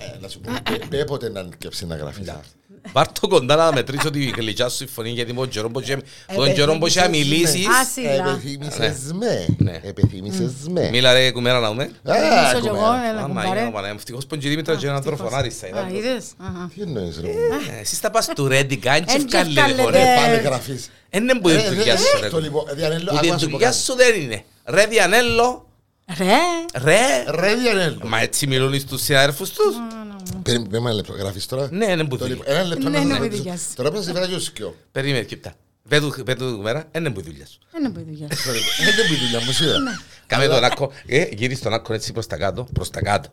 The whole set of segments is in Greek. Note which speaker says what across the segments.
Speaker 1: Ε, να σου πω, πέ- πέποτε να ανοίξει να
Speaker 2: Ναι.
Speaker 1: γράφει.
Speaker 3: Πάρ' το κοντά να μετρήσω τη γλυκιά σου συμφωνία γιατί με τον Τζερόμπο
Speaker 2: Ε,
Speaker 3: και τον Τζερόμπο είχε μιλήσει.
Speaker 2: Άσυλα.
Speaker 1: Επιθυμήσες Ε, με.
Speaker 3: Ναι.
Speaker 1: Επιθυμήσες με.
Speaker 3: Μίλα ρε κουμέρα να πούμε.
Speaker 1: Α,
Speaker 2: Ίσως κι εγώ, ε.
Speaker 1: κομμάτι.
Speaker 2: έλα
Speaker 3: Άμα είναι ο
Speaker 2: κουμπάρε.
Speaker 3: Παναγιώτης, ευτυχώς που είναι και η Δήμητρα και ένα τροφονάρισα.
Speaker 2: Α, είδες. Αχα.
Speaker 1: Τι εννοείς ρε.
Speaker 3: Ε, Εσείς τα πας του Ρέντιγκ, αν και
Speaker 2: Εν και
Speaker 3: βγάλε
Speaker 2: βγάλε,
Speaker 3: ρε.
Speaker 2: ρε.
Speaker 3: ρε.
Speaker 1: Ε, Πάνε γραφείς.
Speaker 3: Ε, ναι, που είναι
Speaker 1: Ε,
Speaker 3: δουλειά σου
Speaker 1: ε,
Speaker 3: ρε.
Speaker 1: Το λοιπόν, Διανέλο,
Speaker 3: Που
Speaker 1: άκου να
Speaker 3: τη
Speaker 1: σου πω
Speaker 3: δουλειά
Speaker 1: κάτι.
Speaker 3: σου δεν είναι. Ρε Διανέλο,
Speaker 2: Ρε.
Speaker 3: ρε.
Speaker 1: Ρε Διανέλο.
Speaker 3: Μα έτσι μιλούν στους συνάδελφους τους.
Speaker 1: Περίμενε περίμενε ένα λεπτό, γράφεις τώρα.
Speaker 3: Ναι, ναι,
Speaker 1: Το
Speaker 3: που δουλειά.
Speaker 1: λοιπόν, Ένα λεπτό να
Speaker 2: Ναι, ναι,
Speaker 1: το
Speaker 2: που
Speaker 1: γραφίσω.
Speaker 2: δουλειά σου.
Speaker 1: Τώρα πρέπει να σε βράζει ο σκιό.
Speaker 3: Περίμενε, κοιτά. Πέτω του κουμέρα, ε, ναι, που δουλειά σου.
Speaker 2: Δεν είναι που η δουλειά. σου.
Speaker 1: Sorry, Ε, Δεν είναι που η δουλειά μου σίγουρα.
Speaker 2: Ναι.
Speaker 3: Κάμε τον άκο, ε, γύρι τον άκο έτσι προς τα κάτω, προς τα κάτω.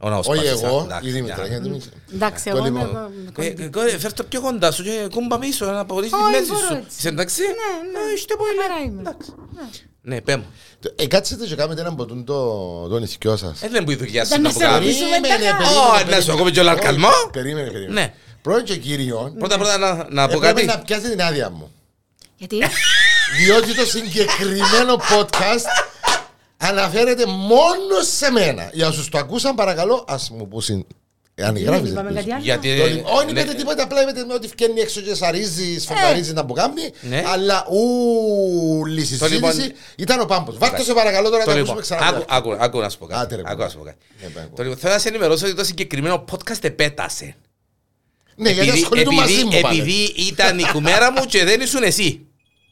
Speaker 3: Ω, να ο
Speaker 1: Όχι
Speaker 3: σπάσεις,
Speaker 1: εγώ,
Speaker 3: εντάξει,
Speaker 1: η Δήμητρα.
Speaker 3: μια-
Speaker 1: για να θυμίσω.
Speaker 2: Εντάξει,
Speaker 1: Το
Speaker 2: εγώ είμαι...
Speaker 1: λοιπόν.
Speaker 3: Ε,
Speaker 2: Ναι,
Speaker 3: ε, Φέρ το πιο κοντά σου και κούμπα πίσω να απορρίσεις τη
Speaker 2: Όχι,
Speaker 3: μέση
Speaker 2: μπορώ
Speaker 3: σου.
Speaker 2: έτσι.
Speaker 3: Είσαι εντάξει.
Speaker 2: ναι.
Speaker 3: Ε, είστε πολύ.
Speaker 2: Καμερά είμαι.
Speaker 3: Εντάξει. Ναι, πέ μου.
Speaker 1: Το- Ε, κάτσετε και κάνετε έναν ποτούν το το νησιό σας.
Speaker 3: Ε, δεν μου η δουλειά σου
Speaker 2: Δεν
Speaker 3: να
Speaker 2: μας
Speaker 3: που κάνεις.
Speaker 2: ερωτήσω. Περίμενε,
Speaker 1: Περίμενε,
Speaker 3: Ω,
Speaker 1: περίμενε,
Speaker 3: να σου
Speaker 1: περίμενε.
Speaker 3: ακούμε και ο λαρκαλμό.
Speaker 1: Όχι, Περίμενε, περίμενε.
Speaker 3: Ναι.
Speaker 1: Πρώτον και κύριον,
Speaker 2: Ναι.
Speaker 3: Πρώτα πρώτα να, να πω
Speaker 1: έπρεπε
Speaker 3: κάτι.
Speaker 1: Ε, να πιάσει την άδεια μου.
Speaker 2: Γιατί.
Speaker 3: Ε,
Speaker 1: Διότι το συγκεκριμένο podcast αναφέρεται μόνο σε μένα. Για όσους το ακούσαν, παρακαλώ, ας μου πούν συν-
Speaker 3: Ναι,
Speaker 1: αν γράφεις.
Speaker 2: Ναι, Είπαμε
Speaker 1: ελπίζω.
Speaker 2: κάτι άλλο.
Speaker 3: ε,
Speaker 2: Ε,
Speaker 3: Γιατί.
Speaker 1: Το λοιπόν- Όχι,
Speaker 3: ναι, Ε.
Speaker 1: είπετε τίποτα, απλά είπετε με ότι φκαίνει έξω και σαρίζει, σφονταρίζει να μπουκάμει.
Speaker 3: Ναι.
Speaker 1: Αλλά ούλη
Speaker 3: Το λοιπόν-
Speaker 1: συζήτηση ήταν ο Πάμπος. Βάρτε σε παρακαλώ τώρα να
Speaker 3: Το
Speaker 1: τα
Speaker 3: λοιπόν,
Speaker 1: ακούσουμε ξανά.
Speaker 3: άκου- άκου- άκου να σου πω
Speaker 1: Άντε,
Speaker 3: κάτι.
Speaker 1: ρε,
Speaker 3: Άκου να σου πω κάτι.
Speaker 1: Ναι, πάμε,
Speaker 3: Το
Speaker 1: πάμε.
Speaker 3: λοιπόν, θέλω να σε ενημερώσω ότι το συγκεκριμένο podcast επέτασε.
Speaker 1: Ναι, γιατί
Speaker 3: Επειδή-
Speaker 1: ασχολείται μαζί μου
Speaker 3: επειδή-
Speaker 1: πάλι.
Speaker 3: Επειδή ήταν η κουμέρα μου και δεν ήσουν εσύ.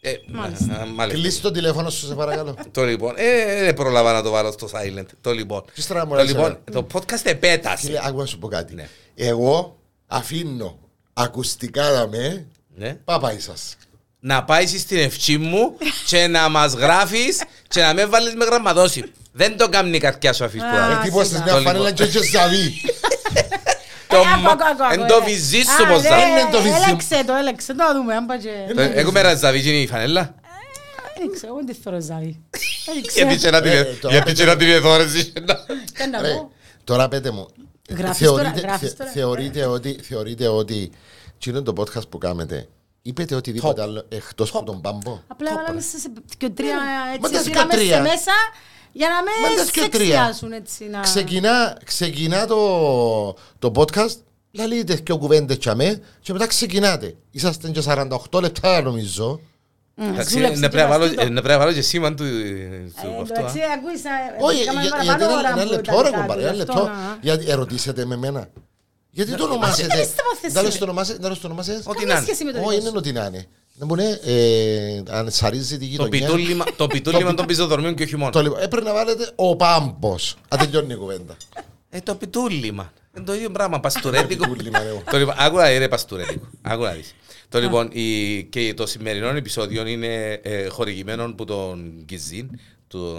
Speaker 3: Ε,
Speaker 2: Μάλιστα.
Speaker 3: α, μάλιστα.
Speaker 1: Κλείσει το τηλέφωνο σου, σε παρακαλώ.
Speaker 3: Το λοιπόν, ε, δεν πρόλαβα να το βάλω στο silent. Το λοιπόν,
Speaker 1: Τι στραβά μου
Speaker 3: το,
Speaker 1: λες,
Speaker 3: λοιπόν
Speaker 1: ε.
Speaker 3: το podcast επέτασε.
Speaker 1: Φίλε, άκου να σου πω κάτι.
Speaker 3: Ναι.
Speaker 1: Εγώ αφήνω ακουστικά να με
Speaker 3: Ναι.
Speaker 1: παπάι σας.
Speaker 3: Να πάεις στην ευχή μου και να μας γράφεις και να με βάλεις με γραμματόση. Δεν το κάνει η καρδιά σου αφήσει που
Speaker 2: Α,
Speaker 3: να-
Speaker 1: Ε, τίποτα στις
Speaker 2: σιγά.
Speaker 1: μια
Speaker 3: Το λοιπόν.
Speaker 1: φανέλα και έτσι ζαβή.
Speaker 3: Το
Speaker 2: Ε,
Speaker 3: μα-
Speaker 2: άκου, άκου, άκου,
Speaker 3: Εν το
Speaker 2: ε.
Speaker 3: βυζί
Speaker 2: Α,
Speaker 3: σου πως
Speaker 2: ρε,
Speaker 3: θα-
Speaker 1: Είναι το βυζί μου.
Speaker 2: Έλεξε το, έλεξε το, να δούμε. Αν πάει και...
Speaker 3: Το- Εγώ με ραζαβή γίνει η φανέλα.
Speaker 2: Ε, Δεν ξέρω, εγώ δεν θέλω ζάρι. Δεν
Speaker 3: Γιατί και
Speaker 2: ξέρω.
Speaker 3: να την-
Speaker 1: Ε, το-
Speaker 3: Γιατί και να την εδόρεσαι.
Speaker 2: Ε, Τι
Speaker 3: Ε,
Speaker 2: να
Speaker 1: Ρε,
Speaker 2: πω.
Speaker 1: Τώρα πέτε μου.
Speaker 2: Γράφεις
Speaker 1: θεωρείτε,
Speaker 2: τώρα, γράφεις
Speaker 1: θε-
Speaker 2: τώρα.
Speaker 1: θεωρείτε ότι, θεωρείτε ότι τι είναι το podcast που κάνετε. Είπετε οτιδήποτε άλλο εκτός από τον Πάμπο.
Speaker 2: Απλά βάλαμε σε σε- και τρία
Speaker 3: Ε,
Speaker 1: Μα τα
Speaker 2: έτσι, να πήραμε
Speaker 1: σκατρία.
Speaker 2: σε μέσα για να
Speaker 1: Μα τα
Speaker 2: με
Speaker 1: σκατρία.
Speaker 2: σεξιάσουν έτσι να...
Speaker 1: Ξεκινά, ξεκινά το, το podcast, λαλείτε και κουβέντες τσαμέ και μετά ξεκινάτε. Είσαστε και 48 λεπτά νομίζω.
Speaker 2: Ε,
Speaker 3: Εντάξει,
Speaker 2: Δούλεψε,
Speaker 3: Να πρέπει να βάλω-
Speaker 2: δοκιμαστεί το.
Speaker 3: ε, να πρέπει να βάλω και σήμα του
Speaker 2: Ε,
Speaker 3: του αυτού, α.
Speaker 2: Εντάξει, ακούσα...
Speaker 1: Όχι,
Speaker 2: έκαμε
Speaker 1: για-
Speaker 2: Ε, παραπάνω
Speaker 1: γιατί ένα-
Speaker 2: ώρα
Speaker 1: ένα
Speaker 2: που
Speaker 1: λεπτό,
Speaker 2: τα
Speaker 1: ρε
Speaker 2: δικά
Speaker 1: κομπάρε,
Speaker 2: του,
Speaker 1: ένα
Speaker 2: γι' αυτό
Speaker 1: λεπτό.
Speaker 2: να-
Speaker 1: Γιατί ερωτήσετε με εμένα. Γιατί το
Speaker 2: ε,
Speaker 1: ονομάσετε.
Speaker 2: στην τοποθεσία.
Speaker 1: Να λες το ονομάσαι- να λες το ονομάσαι.
Speaker 3: Ό,τι να
Speaker 2: Καμία
Speaker 3: είναι.
Speaker 2: σχέση με το
Speaker 1: Όχι,
Speaker 2: δικό
Speaker 1: είναι
Speaker 2: σου.
Speaker 1: ότι να είναι. Να μου λέει, ε, αν σαρίζει τη
Speaker 3: Το
Speaker 1: γειτονιά.
Speaker 3: πιτούλιμα- Το πιτούλιμα των πεζοδρομίων και όχι μόνο.
Speaker 1: Το λοιπόν, έπρεπε να βάλετε ο πάμπος. Αν τελειώνει η κουβέντα.
Speaker 3: Ε, το πιτούλιμα. Είναι το ίδιο πράγμα. Παστουρέτικο.
Speaker 1: πιτούλιμα, ρε.
Speaker 3: το λοιπόν, άκουρα, ε, ρε, παστουρέτικο. Άκουρα, δεις. Το λοιπόν, η- και το σημερινό επεισόδιο είναι ε, χορηγημένο από τον Γκιζίν, του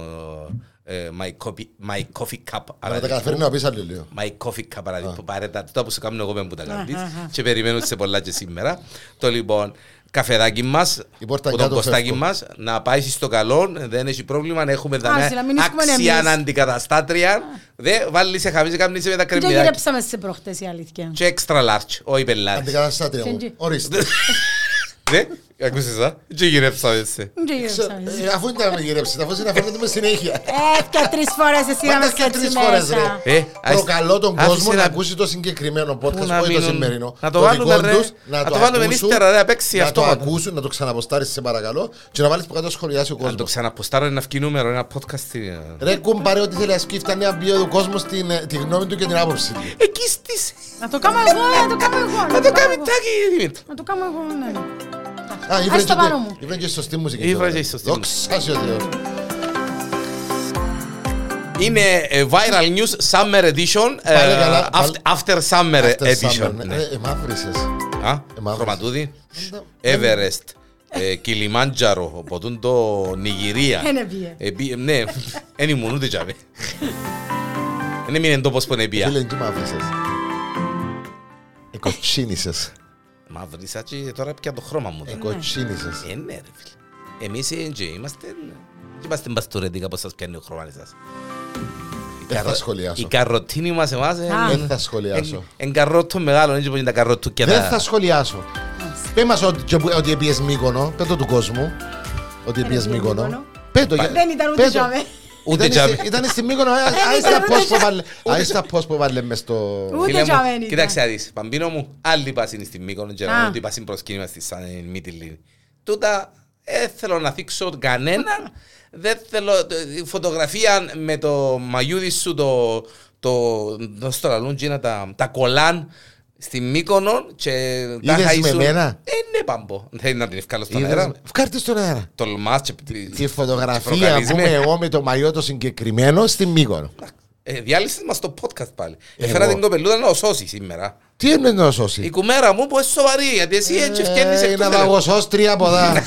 Speaker 3: ε, My Coffee- My Coffee Cup.
Speaker 1: Αλλά τα
Speaker 3: Αραδίπου.
Speaker 1: καταφέρνει να πεις άλλο λίγο.
Speaker 3: My coffee cup, παραδείγμα. Πάρε τα τότε που σου κάνω εγώ με που τα κάνεις και περιμένω σε πολλά και σήμερα. Το λοιπόν, καφεδάκι μας,
Speaker 1: Η πόρτα
Speaker 3: που τον
Speaker 1: κάτω,
Speaker 3: κοστάκι
Speaker 1: φεύγω.
Speaker 3: μας, να πάει στο καλό, δεν έχει πρόβλημα, να έχουμε
Speaker 2: Άρχισε, να μην
Speaker 3: δανειά
Speaker 2: ρίσκουμε
Speaker 3: αξία
Speaker 2: εμείς.
Speaker 3: αντικαταστάτρια. Δε βάλεις σε χαμίζει, κάνεις σε με τα
Speaker 2: Τι το
Speaker 3: κρεμμυδάκια.
Speaker 2: γυρέψαμε σε προχτές η αλήθεια.
Speaker 3: Και extra large, όχι πελάτη.
Speaker 1: Αντικαταστάτρια μου.
Speaker 2: Thank you.
Speaker 1: Ορίστε.
Speaker 3: Δε, ακούσες α, και γυρέψαμε σε.
Speaker 2: Τι το γυρέψαμε.
Speaker 1: Ε, Αφού ήταν να με γυρέψετε, αφού συναφέρετε με συνέχεια.
Speaker 2: Έφτια τρεις φορές εσύ να
Speaker 1: Πάντα
Speaker 2: μας
Speaker 1: και
Speaker 2: έτσι
Speaker 1: τρεις φορές, ρε.
Speaker 2: μέσα.
Speaker 3: Ε,
Speaker 1: Προκαλώ τον
Speaker 3: άφησε
Speaker 1: κόσμο
Speaker 3: να-
Speaker 1: να ακούσει το συγκεκριμένο
Speaker 3: Πού
Speaker 1: podcast,
Speaker 3: να
Speaker 1: όχι το
Speaker 3: μείνουν.
Speaker 1: σημερινό.
Speaker 3: Να το
Speaker 1: δικό
Speaker 3: βάλουμε, ρε.
Speaker 1: τους,
Speaker 3: Να το βάλουμε
Speaker 1: ακούσουν,
Speaker 3: ύστερα, ρε, απέξι
Speaker 1: Να
Speaker 3: αυτό
Speaker 1: το
Speaker 3: πάντα.
Speaker 1: ακούσουν, να το ξαναποστάρεις σε παρακαλώ και να βάλεις που κάτω σχολιάσει ο
Speaker 3: Αν το
Speaker 1: κόσμος.
Speaker 3: ξαναποστάρω ένα αυκή νούμερο, ένα podcast. ε,
Speaker 1: Ρε κουμπάρε ό,τι θέλει να σκύφτα να μπει ο κόσμος στην, ε, τη γνώμη του και την άποψη του.
Speaker 3: Εκεί στις,
Speaker 2: Να το κάνω εγώ, να το κάνω εγώ.
Speaker 3: να το κάνει
Speaker 2: κάνω εγώ.
Speaker 3: τάκι, Δημήτρη.
Speaker 2: Να το κάνω εγώ, ναι.
Speaker 1: Α,
Speaker 2: Ας το πάνω μου.
Speaker 1: ήβρε και σωστή μουσική.
Speaker 3: Ήβρε
Speaker 1: τώρα.
Speaker 3: και σωστή
Speaker 1: Δόξα σε Θεό.
Speaker 3: Είναι ε, viral news summer edition, ε,
Speaker 1: Πάλι καλά,
Speaker 3: aft-
Speaker 1: πάλι-
Speaker 3: after summer
Speaker 1: After
Speaker 3: edition.
Speaker 1: summer, ναι.
Speaker 3: ναι.
Speaker 1: Ε, Εμάφρυσες.
Speaker 3: Α,
Speaker 1: μαύρος.
Speaker 3: Χρωματούδι,
Speaker 1: Ε,
Speaker 3: Everest, ε, Κιλιμάντζαρο, ποτούν το Νιγηρία.
Speaker 2: Εν εβγήκε.
Speaker 3: Ε, μπή- Ναι, δεν ήμουν ούτε τζαβέ. Δεν έμεινε τόπος που είναι πια.
Speaker 1: Φίλε, τι μαύρησες. Ε, Εκοτσίνησες.
Speaker 3: Μαύρη σάτσι, τώρα πια το χρώμα μου. δεν-
Speaker 1: Εκοτσίνησες.
Speaker 3: Ε, ναι ρε φίλε. Εμείς ε, και είμαστε... και είμαστε μπαστουρέντικα πως σας πιάνει ο χρώμας σας. Η
Speaker 1: Δεν θα
Speaker 3: καρο-
Speaker 1: σχολιάσω.
Speaker 3: Η καροτίνη μας εμάς... ε,
Speaker 2: Α.
Speaker 1: Δεν θα σχολιάσω.
Speaker 3: Εν καρότο μεγάλο, έτσι που είναι τα καροτούκια.
Speaker 1: Δεν
Speaker 3: τα-
Speaker 1: θα σχολιάσω. Πες μας ότι- και που- ότι επίες Μύκονο. Πες το του κόσμου. Ότι επίες
Speaker 2: επήγες
Speaker 1: Μύκονο.
Speaker 2: Μύκονο.
Speaker 1: Πες το. για-
Speaker 2: Δεν ήταν
Speaker 1: πες
Speaker 2: ούτε
Speaker 1: το.
Speaker 2: τζάμε.
Speaker 3: Ούτε
Speaker 1: Ήταν
Speaker 3: τζάμι.
Speaker 1: στη- Ήταν στη Μύκονο, άιστα
Speaker 2: ήταν
Speaker 1: πώς
Speaker 2: ούτε
Speaker 1: που βάλε- άιστα πώς που βάλε μες στο...
Speaker 2: Ούτε
Speaker 3: Φίλε μου,
Speaker 2: τζάμι ήταν.
Speaker 3: Κοίταξε να δεις, Παμπίνο μου, άλλοι πάσιν στη Μύκονο και να
Speaker 2: Α.
Speaker 3: δω ότι πάσιν προσκύνημα στη Σαν Μίτιλη. Τούτα, ε, θέλω να θίξω κανέναν. Δεν θέλω το- η φωτογραφία με το μαγιούδι σου, το, το, το στραλούν τζίνα, τα, τα κολάν στη Μύκονο και τα
Speaker 1: Είδες με
Speaker 3: χαϊσούν.
Speaker 1: μένα?
Speaker 3: Ε, ναι, πάμπο. Δεν είναι να την ευκάλω στον
Speaker 1: Είδες
Speaker 3: αέρα.
Speaker 1: με. Βγάρτε στον αέρα.
Speaker 3: Τολμάς και...
Speaker 1: Τη φωτογραφία που
Speaker 3: προκαλείς ναι. με.
Speaker 1: είμαι εγώ με το μαγιό το συγκεκριμένο στη Μύκονο.
Speaker 3: Ε, διάλυσες μας το podcast πάλι.
Speaker 1: Εγώ.
Speaker 3: Έφερα την κοπελούδα να σώσει σήμερα.
Speaker 1: Τι είναι να
Speaker 3: Η
Speaker 1: σώσει.
Speaker 3: κουμέρα μου που είναι σοβαρή, γιατί εσύ έτσι ευκαιρνείς
Speaker 1: Ε,
Speaker 3: εκ
Speaker 1: Είναι
Speaker 3: του
Speaker 1: απαγωσός τρία από δά.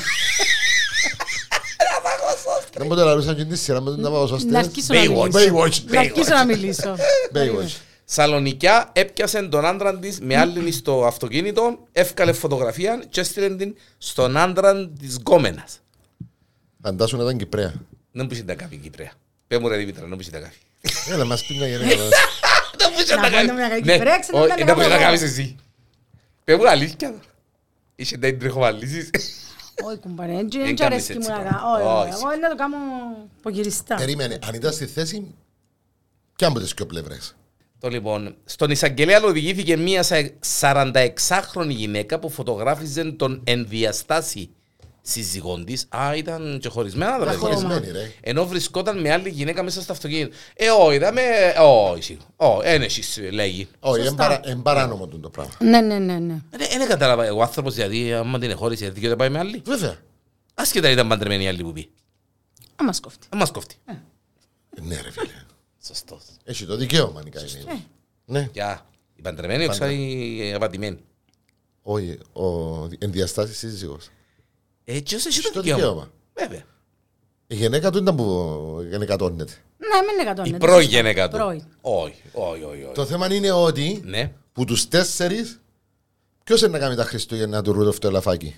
Speaker 1: Δεν μου το λαλούσαν και τη σειρά με τον απαγωσός
Speaker 2: Να
Speaker 1: τρία.
Speaker 2: αρχίσω να μιλήσω.
Speaker 1: Baywatch.
Speaker 2: Να αρχίσω να μιλήσω.
Speaker 1: Baywatch.
Speaker 3: Σαλονικιά έπιασε τον άντρα της με άλλη στο αυτοκίνητο, έφκαλε φωτογραφία και έστειλε την στον άντρα της γκόμενας.
Speaker 1: Φαντάσου να ήταν Κυπρέα.
Speaker 3: Δεν μου είσαι τα κάπη Κυπρέα. Πε μου ρε Δήμητρα, δεν μου είσαι τα κάπη.
Speaker 1: Έλα μας πει μια γενέκα.
Speaker 3: Δεν μου είσαι
Speaker 2: Να
Speaker 3: τα
Speaker 2: πω,
Speaker 3: κάπη.
Speaker 2: να μου τα κάπη
Speaker 3: Ναι,
Speaker 2: Κυπρέα, ξέρω
Speaker 3: όχι,
Speaker 2: να
Speaker 3: Δεν μου
Speaker 2: τα
Speaker 3: είσαι τα
Speaker 2: κάνω
Speaker 3: κάπη
Speaker 2: εγώ.
Speaker 3: εσύ. Πε μου αλήθεια. Είσαι τα τρεχοβαλίσεις.
Speaker 2: Όχι κουμπάρε, έτσι
Speaker 3: Δεν
Speaker 2: δεν
Speaker 3: κάνεις
Speaker 2: αρέσκει μου
Speaker 3: έτσι
Speaker 2: να
Speaker 3: τώρα.
Speaker 2: κάνω. Όχι,
Speaker 3: Όχι.
Speaker 2: εγώ είναι να το κάνω απογυριστά.
Speaker 1: Περίμενε, αν ήταν στη θέση, ποια από τις δυο πλευρές.
Speaker 3: Το λοιπόν, στον εισαγγελέα οδηγήθηκε μια 46χρονη γυναίκα που φωτογράφιζε τον ενδιαστάση σύζυγόν τη. Α, ήταν και χωρισμένα,
Speaker 1: Ήταν
Speaker 3: δηλαδή.
Speaker 1: χωρισμένη, ρε.
Speaker 3: Ενώ βρισκόταν με άλλη γυναίκα μέσα στο αυτοκίνητο. Ε, ό, είδαμε. ε, Όχι, όχι, ένεση, λέγει.
Speaker 1: Όχι,
Speaker 2: Σωστά.
Speaker 1: εν παρα- εν παράνομο τούτο το πράγμα.
Speaker 2: Ναι, ναι, ναι, ναι.
Speaker 3: Ε, Δεν δεν κατάλαβα. Ο άνθρωπος, δηλαδή, άμα την εχώρισε, δικαιούται να πάει με άλλη.
Speaker 1: Βέβαια.
Speaker 3: Άσχετα ήταν παντρεμένη η άλλη που πει.
Speaker 2: Α, μας κόφτει.
Speaker 3: Αν μα κόφτει.
Speaker 1: Ναι ρε φίλε.
Speaker 3: Σωστός.
Speaker 1: Έχει το δικαίωμα να κάνει. Ναι.
Speaker 3: Για η παντρεμένη, ο ξα- η απατημένη.
Speaker 1: Όχι, ο ενδιαστάσεις σύζυγος.
Speaker 3: Έτσι, όσο έχει
Speaker 1: Στο
Speaker 3: το
Speaker 1: δικαίωμα.
Speaker 3: δικαίωμα. Βέβαια.
Speaker 1: Η γυναίκα του ήταν που γενεκατώνεται.
Speaker 2: Ναι, μην είναι εκατόν.
Speaker 3: Η πρώην γυναίκα του.
Speaker 2: Πρώην.
Speaker 3: Όχι, όχι, όχι. όχι.
Speaker 1: Το θέμα είναι ότι
Speaker 3: Ναι.
Speaker 1: που τους τέσσερις, ποιος είναι να κάνει τα Χριστούγεννα του Ρούδοφ το ελαφάκι.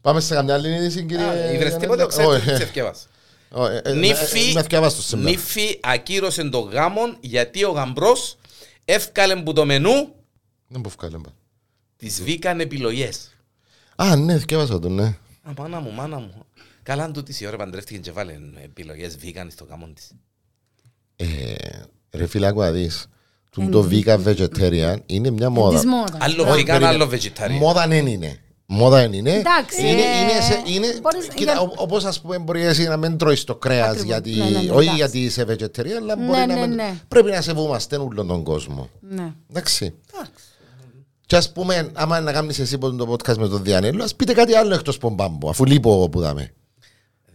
Speaker 1: Πάμε σε καμιά άλλη είδηση,
Speaker 2: Ε,
Speaker 1: κύριε.
Speaker 3: Ήδρες
Speaker 1: Γιάννη?
Speaker 3: τίποτε,
Speaker 1: Όχι,
Speaker 3: ξέρετε,
Speaker 1: ε,
Speaker 3: σε ευκαιβάς.
Speaker 1: όχι, ε, ε, ε,
Speaker 3: Νύφη,
Speaker 1: Να θυκιάβαστο σήμερα.
Speaker 3: νύφη ακύρωσε τον γάμον γιατί ο γαμπρός έφκαλε που το μενού
Speaker 1: Δεν μου φκάλεμπα.
Speaker 3: τις βήκαν επιλογές.
Speaker 1: Α, ναι, θυκιάβασα τον, ναι.
Speaker 3: Α, μάνα μου, μάνα μου. Καλά του της η ώρα παντρεύτηκε και βάλε επιλογές βήκαν στο γάμον της.
Speaker 1: Ε, Ρε φίλε, άκου να δεις.
Speaker 2: Ε,
Speaker 1: Τούν Το
Speaker 2: ναι.
Speaker 1: vegan vegetarian είναι μια μόδα.
Speaker 2: Της μόδας.
Speaker 3: Άλλο
Speaker 1: Όχι,
Speaker 3: βήκαν,
Speaker 1: περίμενε.
Speaker 3: άλλο vegetarian.
Speaker 1: Μόδα δεν είναι. Μόδα δεν είναι.
Speaker 2: Εντάξει,
Speaker 1: Είναι,
Speaker 2: ε,
Speaker 1: είναι, σε, είναι
Speaker 2: μπορείς-
Speaker 1: κοίτα,
Speaker 2: για-
Speaker 1: ο- όπως ας πούμε μπορεί εσύ να μην τρώεις το κρέας
Speaker 2: Ακριβώς.
Speaker 1: γιατί,
Speaker 2: Ναι, ναι,
Speaker 1: όχι
Speaker 2: ναι, εντάξει.
Speaker 1: γιατί είσαι vegetarian, αλλά
Speaker 2: Ναι,
Speaker 1: μπορεί να
Speaker 2: ναι,
Speaker 1: μην-
Speaker 2: ναι.
Speaker 1: πρέπει να σεβούμαστε όλον τον κόσμο.
Speaker 2: Ναι.
Speaker 1: Εντάξει. Και ας πούμε, άμα να κάνεις εσύ ποτέ το podcast με τον Διανέλο, ας πείτε κάτι άλλο εκτός πομπάμπο, αφού λείπω εγώ που δάμε.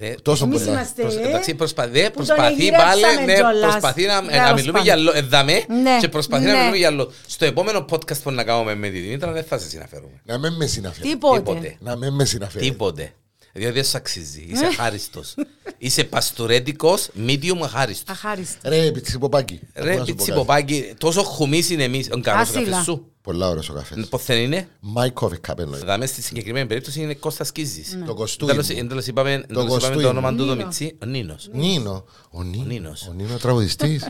Speaker 3: Δε-
Speaker 1: Τόσο
Speaker 2: Εμείς
Speaker 1: πολλά.
Speaker 2: είμαστε-
Speaker 3: Προσ- Εντάξει, προσπα- δε,
Speaker 2: τον
Speaker 3: προσπαθεί
Speaker 2: εγειρέψαμε
Speaker 3: πάλι ναι,
Speaker 2: κιόλας.
Speaker 3: προσπαθεί να,
Speaker 2: Τέλος
Speaker 3: να μιλούμε
Speaker 2: πάντων.
Speaker 3: για άλλο. Εδαμέ
Speaker 2: Ναι,
Speaker 3: και προσπαθεί να
Speaker 2: ναι.
Speaker 3: μιλούμε για άλλο. Στο επόμενο podcast που να κάνουμε με τη Δημήτρα δεν θα σε συναφέρουμε.
Speaker 1: Να μην με συναφέρει.
Speaker 2: Τίποτε.
Speaker 3: Τίποτε.
Speaker 1: Να μην με συναφέρει.
Speaker 3: Τίποτε. Διότι δεν σου αξίζει. Είσαι αχάριστος. Είσαι παστορέτικο, medium αχάριστος.
Speaker 2: Αχάριστος.
Speaker 1: Ρε, πιτσιποπάκι. Ακούω να
Speaker 3: Ρε
Speaker 1: σου πω κάτι.
Speaker 3: πιτσιποπάκι, τόσο χουμίς είναι εμείς. Ο καλό
Speaker 2: Άσυλα.
Speaker 3: καφέ σου.
Speaker 1: Πολλά ωραίος ο καφές.
Speaker 3: Ποθεν είναι.
Speaker 1: My coffee cup εννοεί.
Speaker 3: Δάμε στη συγκεκριμένη περίπτωση είναι Κώστας Κίζης.
Speaker 1: Ναι. Το κοστούμι.
Speaker 3: Τέλο είπαμε εν τέλος είπαμε
Speaker 1: Κωστούι
Speaker 3: το
Speaker 1: μου.
Speaker 3: όνομα του το
Speaker 2: Ναι. Νίνο.
Speaker 3: Μιτσί. Ο Νίνο.
Speaker 1: Νίνο. Ο Νίνος. Ο
Speaker 3: Νίνος.
Speaker 1: Νίνο τραγουδιστής.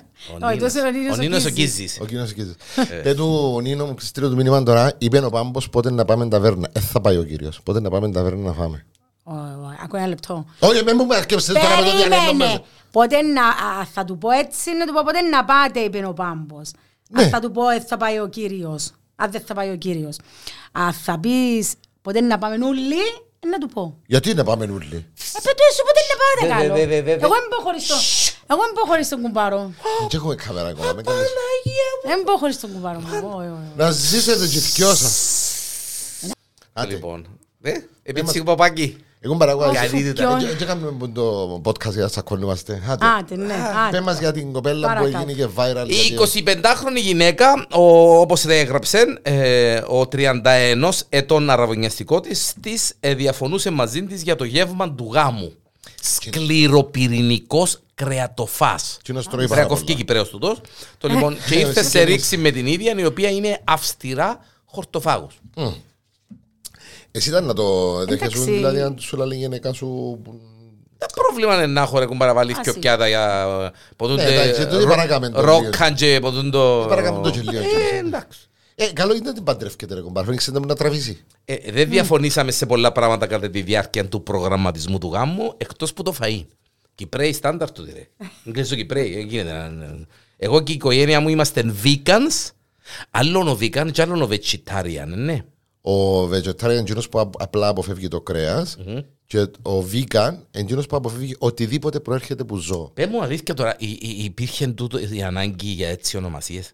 Speaker 2: Όχι, τόσο είναι ο Νίνος
Speaker 3: Ο
Speaker 2: ο
Speaker 3: Νίνος ο
Speaker 2: Κίζης.
Speaker 3: Κίζης.
Speaker 1: Ο κοινός εκεί.
Speaker 3: Ε.
Speaker 1: Πε του ο Νίνο μου στείλω του μήνυμα τώρα. Είπε ο Πάμπος πότε να πάμε ταβέρνα. Ε, θα πάει ο κύριος. Πότε να πάμε ταβέρνα να φάμε.
Speaker 2: Ω, ω, Ακούω ένα λεπτό.
Speaker 1: Όχι, μην μου αρκέψετε τώρα με το διαλέγμα
Speaker 2: Περίμενε.
Speaker 1: μέσα.
Speaker 2: Ποτέ να, α, θα του πω έτσι, να του πω ποτέ να πάτε, είπε ο Πάμπος.
Speaker 1: Ναι.
Speaker 2: Αν θα του πω, ε, θα πάει ο κύριος. Αν δεν θα πάει ο κύριος. Αν θα πεις, ποτέ να πάμε όλοι, ε, να του πω.
Speaker 1: Γιατί να πάμε νουλί.
Speaker 2: Ε, πέτω εσύ, ποτέ να
Speaker 3: Δε,
Speaker 2: πάτε καλό.
Speaker 3: δε, δε, δε, δε.
Speaker 2: Εγώ δεν πω χωρίς τον- Εγώ δεν πω χωρίς τον κουμπάρο.
Speaker 1: Δεν έχουμε κάμερα ακόμα. μην κάνεις.
Speaker 2: Δεν πω χωρίς τον κουμπάρο μου. εγώ, εγώ, εγώ.
Speaker 1: Να ζήσετε και οι δυο σας. Άντε,
Speaker 3: Λοιπόν. Ε, επί Παπάκι.
Speaker 1: εγώ παραγωγή.
Speaker 2: Όχι,
Speaker 1: Γιατί
Speaker 2: ποιον.
Speaker 1: δεν κάνουμε το podcast για να σακωνόμαστε. Άντε,
Speaker 2: Άντε, ναι.
Speaker 1: πέ
Speaker 2: άντε.
Speaker 1: μας για την κοπέλα που
Speaker 2: Παρακάτω.
Speaker 1: έγινε και viral.
Speaker 3: Η
Speaker 1: γιατί-
Speaker 3: 25χρονη γυναίκα, ο, όπως έγραψε, ε, ο 31 ετών αραβωνιαστικό της, της ε, διαφωνούσε μαζί της για το γεύμα του γάμου. Σκληροπυρηνικός κρεατοφάς.
Speaker 1: Κοινός τρώει πάρα
Speaker 3: Κρεακοφκή
Speaker 1: πολλά.
Speaker 3: Κυπρέος του τόσο. Το λοιπόν, και ήρθε
Speaker 1: εσύ
Speaker 3: σε
Speaker 1: και
Speaker 3: ρήξη με την ίδια, η οποία είναι αυστηρά χορτοφάγος.
Speaker 1: Εσύ ήταν να το δέχεσαι,
Speaker 2: Εντάξει.
Speaker 1: δηλαδή αν σου λέει η γυναίκα σου που
Speaker 3: Τα πρόβλημα είναι να έχω ρε κουμπάρα βάλεις και
Speaker 2: Άσυλο.
Speaker 3: πιάτα για...
Speaker 1: Ναι, εντάξει, τότε παράκαμε το λίγο.
Speaker 3: Ρόκαν και ποτούν το...
Speaker 1: Παρακάμουν το και λίγο.
Speaker 3: Ε, εντάξει.
Speaker 1: Ε, καλό είναι να την παντρεύκεται ρε κομπάρ, φαίνεται να μην τραβήσει.
Speaker 3: Ε, δεν διαφωνήσαμε σε πολλά πράγματα κατά τη διάρκεια του προγραμματισμού του γάμου, εκτός που το φαΐ. Κυπρέοι στάνταρ του ρε. Εγγλέζο Κυπρέοι. ε, γίνεται να- να- Εγώ και η οικογένεια μου είμαστε vegans. Άλλον ο vegan και άλλον ο vegetarian, ναι.
Speaker 1: Ο vegetarian είναι εκείνος που απ- απλά αποφεύγει το κρέας και ο vegan είναι εκείνος που αποφεύγει οτιδήποτε προέρχεται που ζω.
Speaker 3: Πες μου αλήθεια τώρα, υ- υ- υπήρχε τούτο η ανάγκη για έτσι ονομασίες.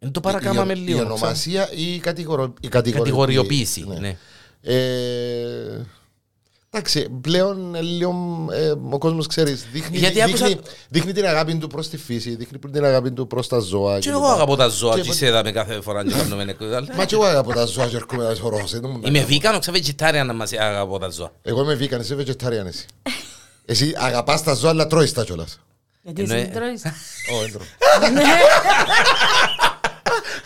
Speaker 3: Εν το παρακάμαμε
Speaker 1: Η- η-
Speaker 3: λίγο.
Speaker 1: Η
Speaker 3: ξέρω.
Speaker 1: ονομασία ή η, κατηγορο... η
Speaker 3: Κατηγοριοποίηση,
Speaker 1: Ναι.
Speaker 3: ναι.
Speaker 1: Ε, εντάξει, πλέον ε, λίγο ε, ο κόσμος ξέρει. Δείχνει,
Speaker 3: Γιατί άκουσα-
Speaker 1: δείχνει, δείχνει, την αγάπη του προς τη φύση, δείχνει την αγάπη του προς τα ζώα.
Speaker 3: Και
Speaker 1: κλπ.
Speaker 3: εγώ αγαπώ τα ζώα
Speaker 1: Και
Speaker 3: και
Speaker 1: εγώ-
Speaker 3: σε είδαμε κάθε φορά και κάνουμε ένα κουτάλι.
Speaker 1: Μα και εγώ αγαπώ τα ζώα και έρχομαι να φορώ. σε το μου.
Speaker 3: Είμαι vegan, ξέρω vegetarian να μας αγαπώ τα ζώα.
Speaker 1: Εγώ είμαι vegan, εσύ vegetarian εσύ. Εσύ αγαπάς τα ζώα, αλλά τρώεις τα κιόλας.
Speaker 2: Γιατί εσύ Ναι.
Speaker 3: Εννοεί-
Speaker 2: δεν τρώεις.
Speaker 1: Όχι, δεν τρώω.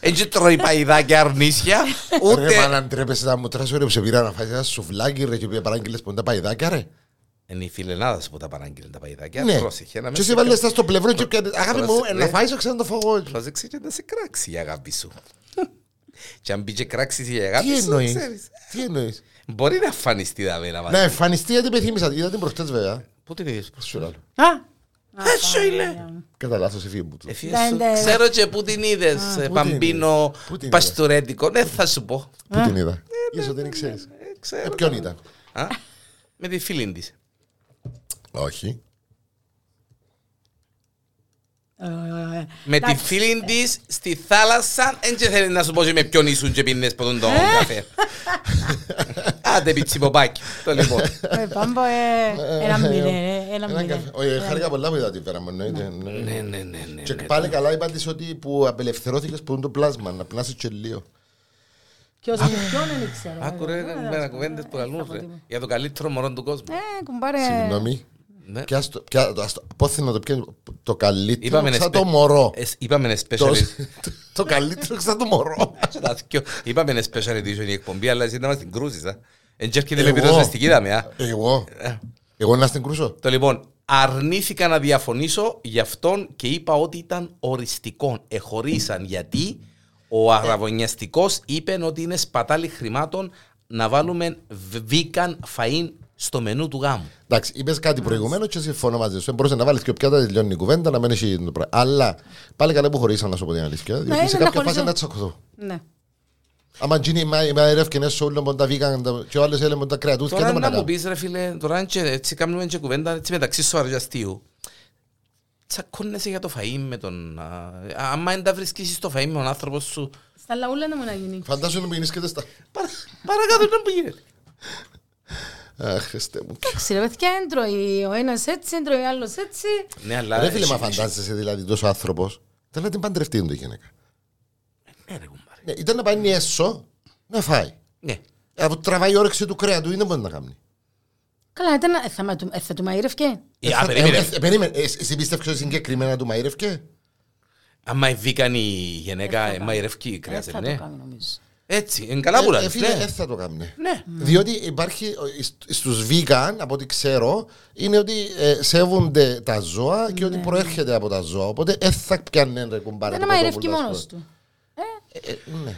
Speaker 3: Έτσι τρώει παϊδάκια αρνίσια,
Speaker 1: Ρε
Speaker 3: ούτε...
Speaker 1: μάνα ντρέπεσαι να μου τράσει ρε που σε πήρα να φας ένα σουβλάκι ρε και παράγγειλες ποντά παϊδάκια ρε.
Speaker 3: Είναι η φιλενάδα που τα παράγγειλε τα παϊδάκια.
Speaker 1: Ναι.
Speaker 3: Πρόσεχε να με
Speaker 1: Και εσύ
Speaker 3: σε-
Speaker 1: βάλες τα στο πλευρό και πιάνε- αγάπη μου
Speaker 3: Πρόσεχε,
Speaker 1: ε,
Speaker 3: ναι.
Speaker 1: να φάεις ξέρω το φαγό.
Speaker 3: Πρόσεξε και να σε κράξει η αγάπη σου. Και αν μπει και κράξεις η αγάπη
Speaker 1: Τι
Speaker 3: σου,
Speaker 1: εννοείς, Ναι.
Speaker 3: ξέρεις.
Speaker 1: τι εννοείς.
Speaker 3: Μπορεί να εμφανιστεί δαβέρα
Speaker 1: Να
Speaker 3: μαζί.
Speaker 1: εμφανιστεί γιατί πεθύμησα, είδα την προχτές βέβαια.
Speaker 3: Πού την είδες προς
Speaker 1: Σου λέω.
Speaker 2: Α,
Speaker 3: Έτσι είναι.
Speaker 1: Κατά λάθος έφυγε μου του.
Speaker 3: Εφίες
Speaker 2: Ναι,
Speaker 3: σου.
Speaker 2: ναι.
Speaker 3: Ξέρω και πού την είδες, ε,
Speaker 1: την
Speaker 3: Παμπίνο,
Speaker 1: είδες. Πού την είδες.
Speaker 3: παστουρέντικο. Ναι, θα σου πω.
Speaker 1: Πού την είδα. Ίσως δεν ξέρεις.
Speaker 3: Ε,
Speaker 1: Ε,
Speaker 3: Ξέρω.
Speaker 1: ποιον ήταν.
Speaker 3: Α, Με τη φίλη της.
Speaker 1: Όχι.
Speaker 2: ε,
Speaker 3: Με τη
Speaker 2: εντάξει.
Speaker 3: φίλη της στη θάλασσα, δεν θέλει να σου πω και με ποιον ήσουν και πίνες ποτόν
Speaker 2: Ε.
Speaker 3: τον καφέ. Άντε πιτσιποπάκι, το λοιπόν.
Speaker 2: Ε, Πάμπο, ε, ένα μηδέν, ε, ένα
Speaker 1: Ένα
Speaker 2: μηδέν.
Speaker 1: καφέ. Όχι, χάρηκα πολλά που είδα την πέρα μου. εννοείται, ναι.
Speaker 3: Ναι, ναι, ναι, ναι.
Speaker 1: Και
Speaker 3: ναι.
Speaker 1: πάλι καλά είπα της ότι που απελευθερώθηκες που είναι το πλάσμα, να πνάσεις και λίγο.
Speaker 2: Ποιος είναι ποιον, δεν ε, ξέρω.
Speaker 3: Άκου ρε, μένα κουβέντες που καλούν ρε, για το καλύτερο μωρό του κόσμου.
Speaker 2: Ε, κουμπάρε.
Speaker 1: Συγγνώμη.
Speaker 3: Ναι.
Speaker 1: Πιάσ' το- πιά- το- ας το- Πόθη να το πιάνει το
Speaker 3: Είπαμε
Speaker 1: καλύτερο
Speaker 3: να
Speaker 1: σαν
Speaker 3: σπε-
Speaker 1: το μωρό.
Speaker 3: Ε, σ- Είπαμε ένα
Speaker 1: Το-
Speaker 3: special
Speaker 1: Το καλύτερο σαν το μωρό.
Speaker 3: Είπαμε ένα special edition η εκπομπή, αλλά εσύ να μας την κρούσεις. α. Εν και έρχεται με
Speaker 1: Εγώ.
Speaker 3: πυροσβεστική δάμε. α.
Speaker 1: Εγώ. Εγώ να στην κρούσω.
Speaker 3: Το λοιπόν, αρνήθηκα να διαφωνήσω γι' αυτόν και είπα ότι ήταν οριστικό. Εχωρίσαν γιατί ο αραβωνιαστικό είπε ότι είναι σπατάλη χρημάτων να βάλουμε βίκαν φαΐν στο μενού του γάμου.
Speaker 1: Εντάξει, είπες κάτι προηγουμένως και συμφωνώ μαζί σου. Μπορούσες να βάλεις και πιάτα, τελειώνει η κουβέντα, να μην έχει το πράγμα. Αλλά πάλι καλά που χωρίσαν να σου πω την αλήθεια.
Speaker 3: Ναι,
Speaker 2: είναι
Speaker 1: Διότι σε
Speaker 2: να
Speaker 1: κάποια φάση
Speaker 2: χωρίσουν.
Speaker 1: να τσακωθώ.
Speaker 2: Ναι.
Speaker 1: Άμα γίνει η μα- η μαέρευ και νέσαι όλο μοντά βίγαν τα- και ο άλλος έλεγε μοντά κρεατούθηκια,
Speaker 3: Τώρα
Speaker 1: δεν μπορεί
Speaker 3: να
Speaker 1: να
Speaker 3: μου
Speaker 1: κάνω.
Speaker 3: πεις ρε φίλε, τώρα αν και έτσι κάνουμε και κουβέντα έτσι μεταξύ σοβαρού και αστείου. Τσακώνεσαι για το φαΐν με τον... α, Άμα δεν τα βρίσκεις στο φαΐν με τον άνθρωπος σου,
Speaker 2: Στα λαούλα να μου να γίνει.
Speaker 1: Φαντάζομαι να μου γεννήσκεται στα.
Speaker 3: παρα- παρακάτω να μου γίνεται.
Speaker 1: Αχ, Χριστέ μου.
Speaker 2: Εντάξει ρε παιδιά, δεν τρώει ο ένας έτσι, δεν τρώει ο άλλος έτσι.
Speaker 3: Ναι, αλλά...
Speaker 1: Ρε φίλε,
Speaker 3: εσύ-
Speaker 1: μα φαντάζεσαι δηλαδή τόσο άνθρωπος. Θέλω να την παντρευτεί του γυναίκα.
Speaker 3: Ναι, ρε, κουμπάρε.
Speaker 1: Ναι, Ήταν να πάει έσω να φάει.
Speaker 3: Ναι.
Speaker 1: Από τραβάει η όρεξη του κρέατου ή δεν μπορεί να κάνει.
Speaker 2: Καλά, ήταν, ε, θα, μα- ε, θα του μαΐρευκε.
Speaker 3: Ε, α, περίμενε.
Speaker 1: Ε, ε, Περίμενε, Ε, εσύ πίστευες ότι συγκεκριμένα του μαΐρευκε.
Speaker 3: Άμα η βίκανη γυναίκα, ε, μαϊρευκή
Speaker 2: Δεν
Speaker 3: κρέας,
Speaker 2: θα
Speaker 3: ναι.
Speaker 2: το κάνει νομίζω.
Speaker 3: Έτσι, εν καλά που
Speaker 1: Ε, ε,
Speaker 3: λάλλεις,
Speaker 1: φίλε,
Speaker 3: ναι.
Speaker 1: ε, θα το κάνει.
Speaker 3: Ναι.
Speaker 1: Διότι υπάρχει στους vegan, από ό,τι ξέρω, είναι ότι ε, σέβονται τα ζώα και
Speaker 2: Ναι.
Speaker 1: ότι προέρχεται από τα ζώα. Οπότε ε, θα πιάνει ρε κουμπάρε.
Speaker 2: Δεν
Speaker 1: το
Speaker 2: να μαΐρευκε
Speaker 1: κοτόπουλο, ας
Speaker 2: μόνος
Speaker 1: πούμε.
Speaker 2: του.
Speaker 1: Ε, ναι.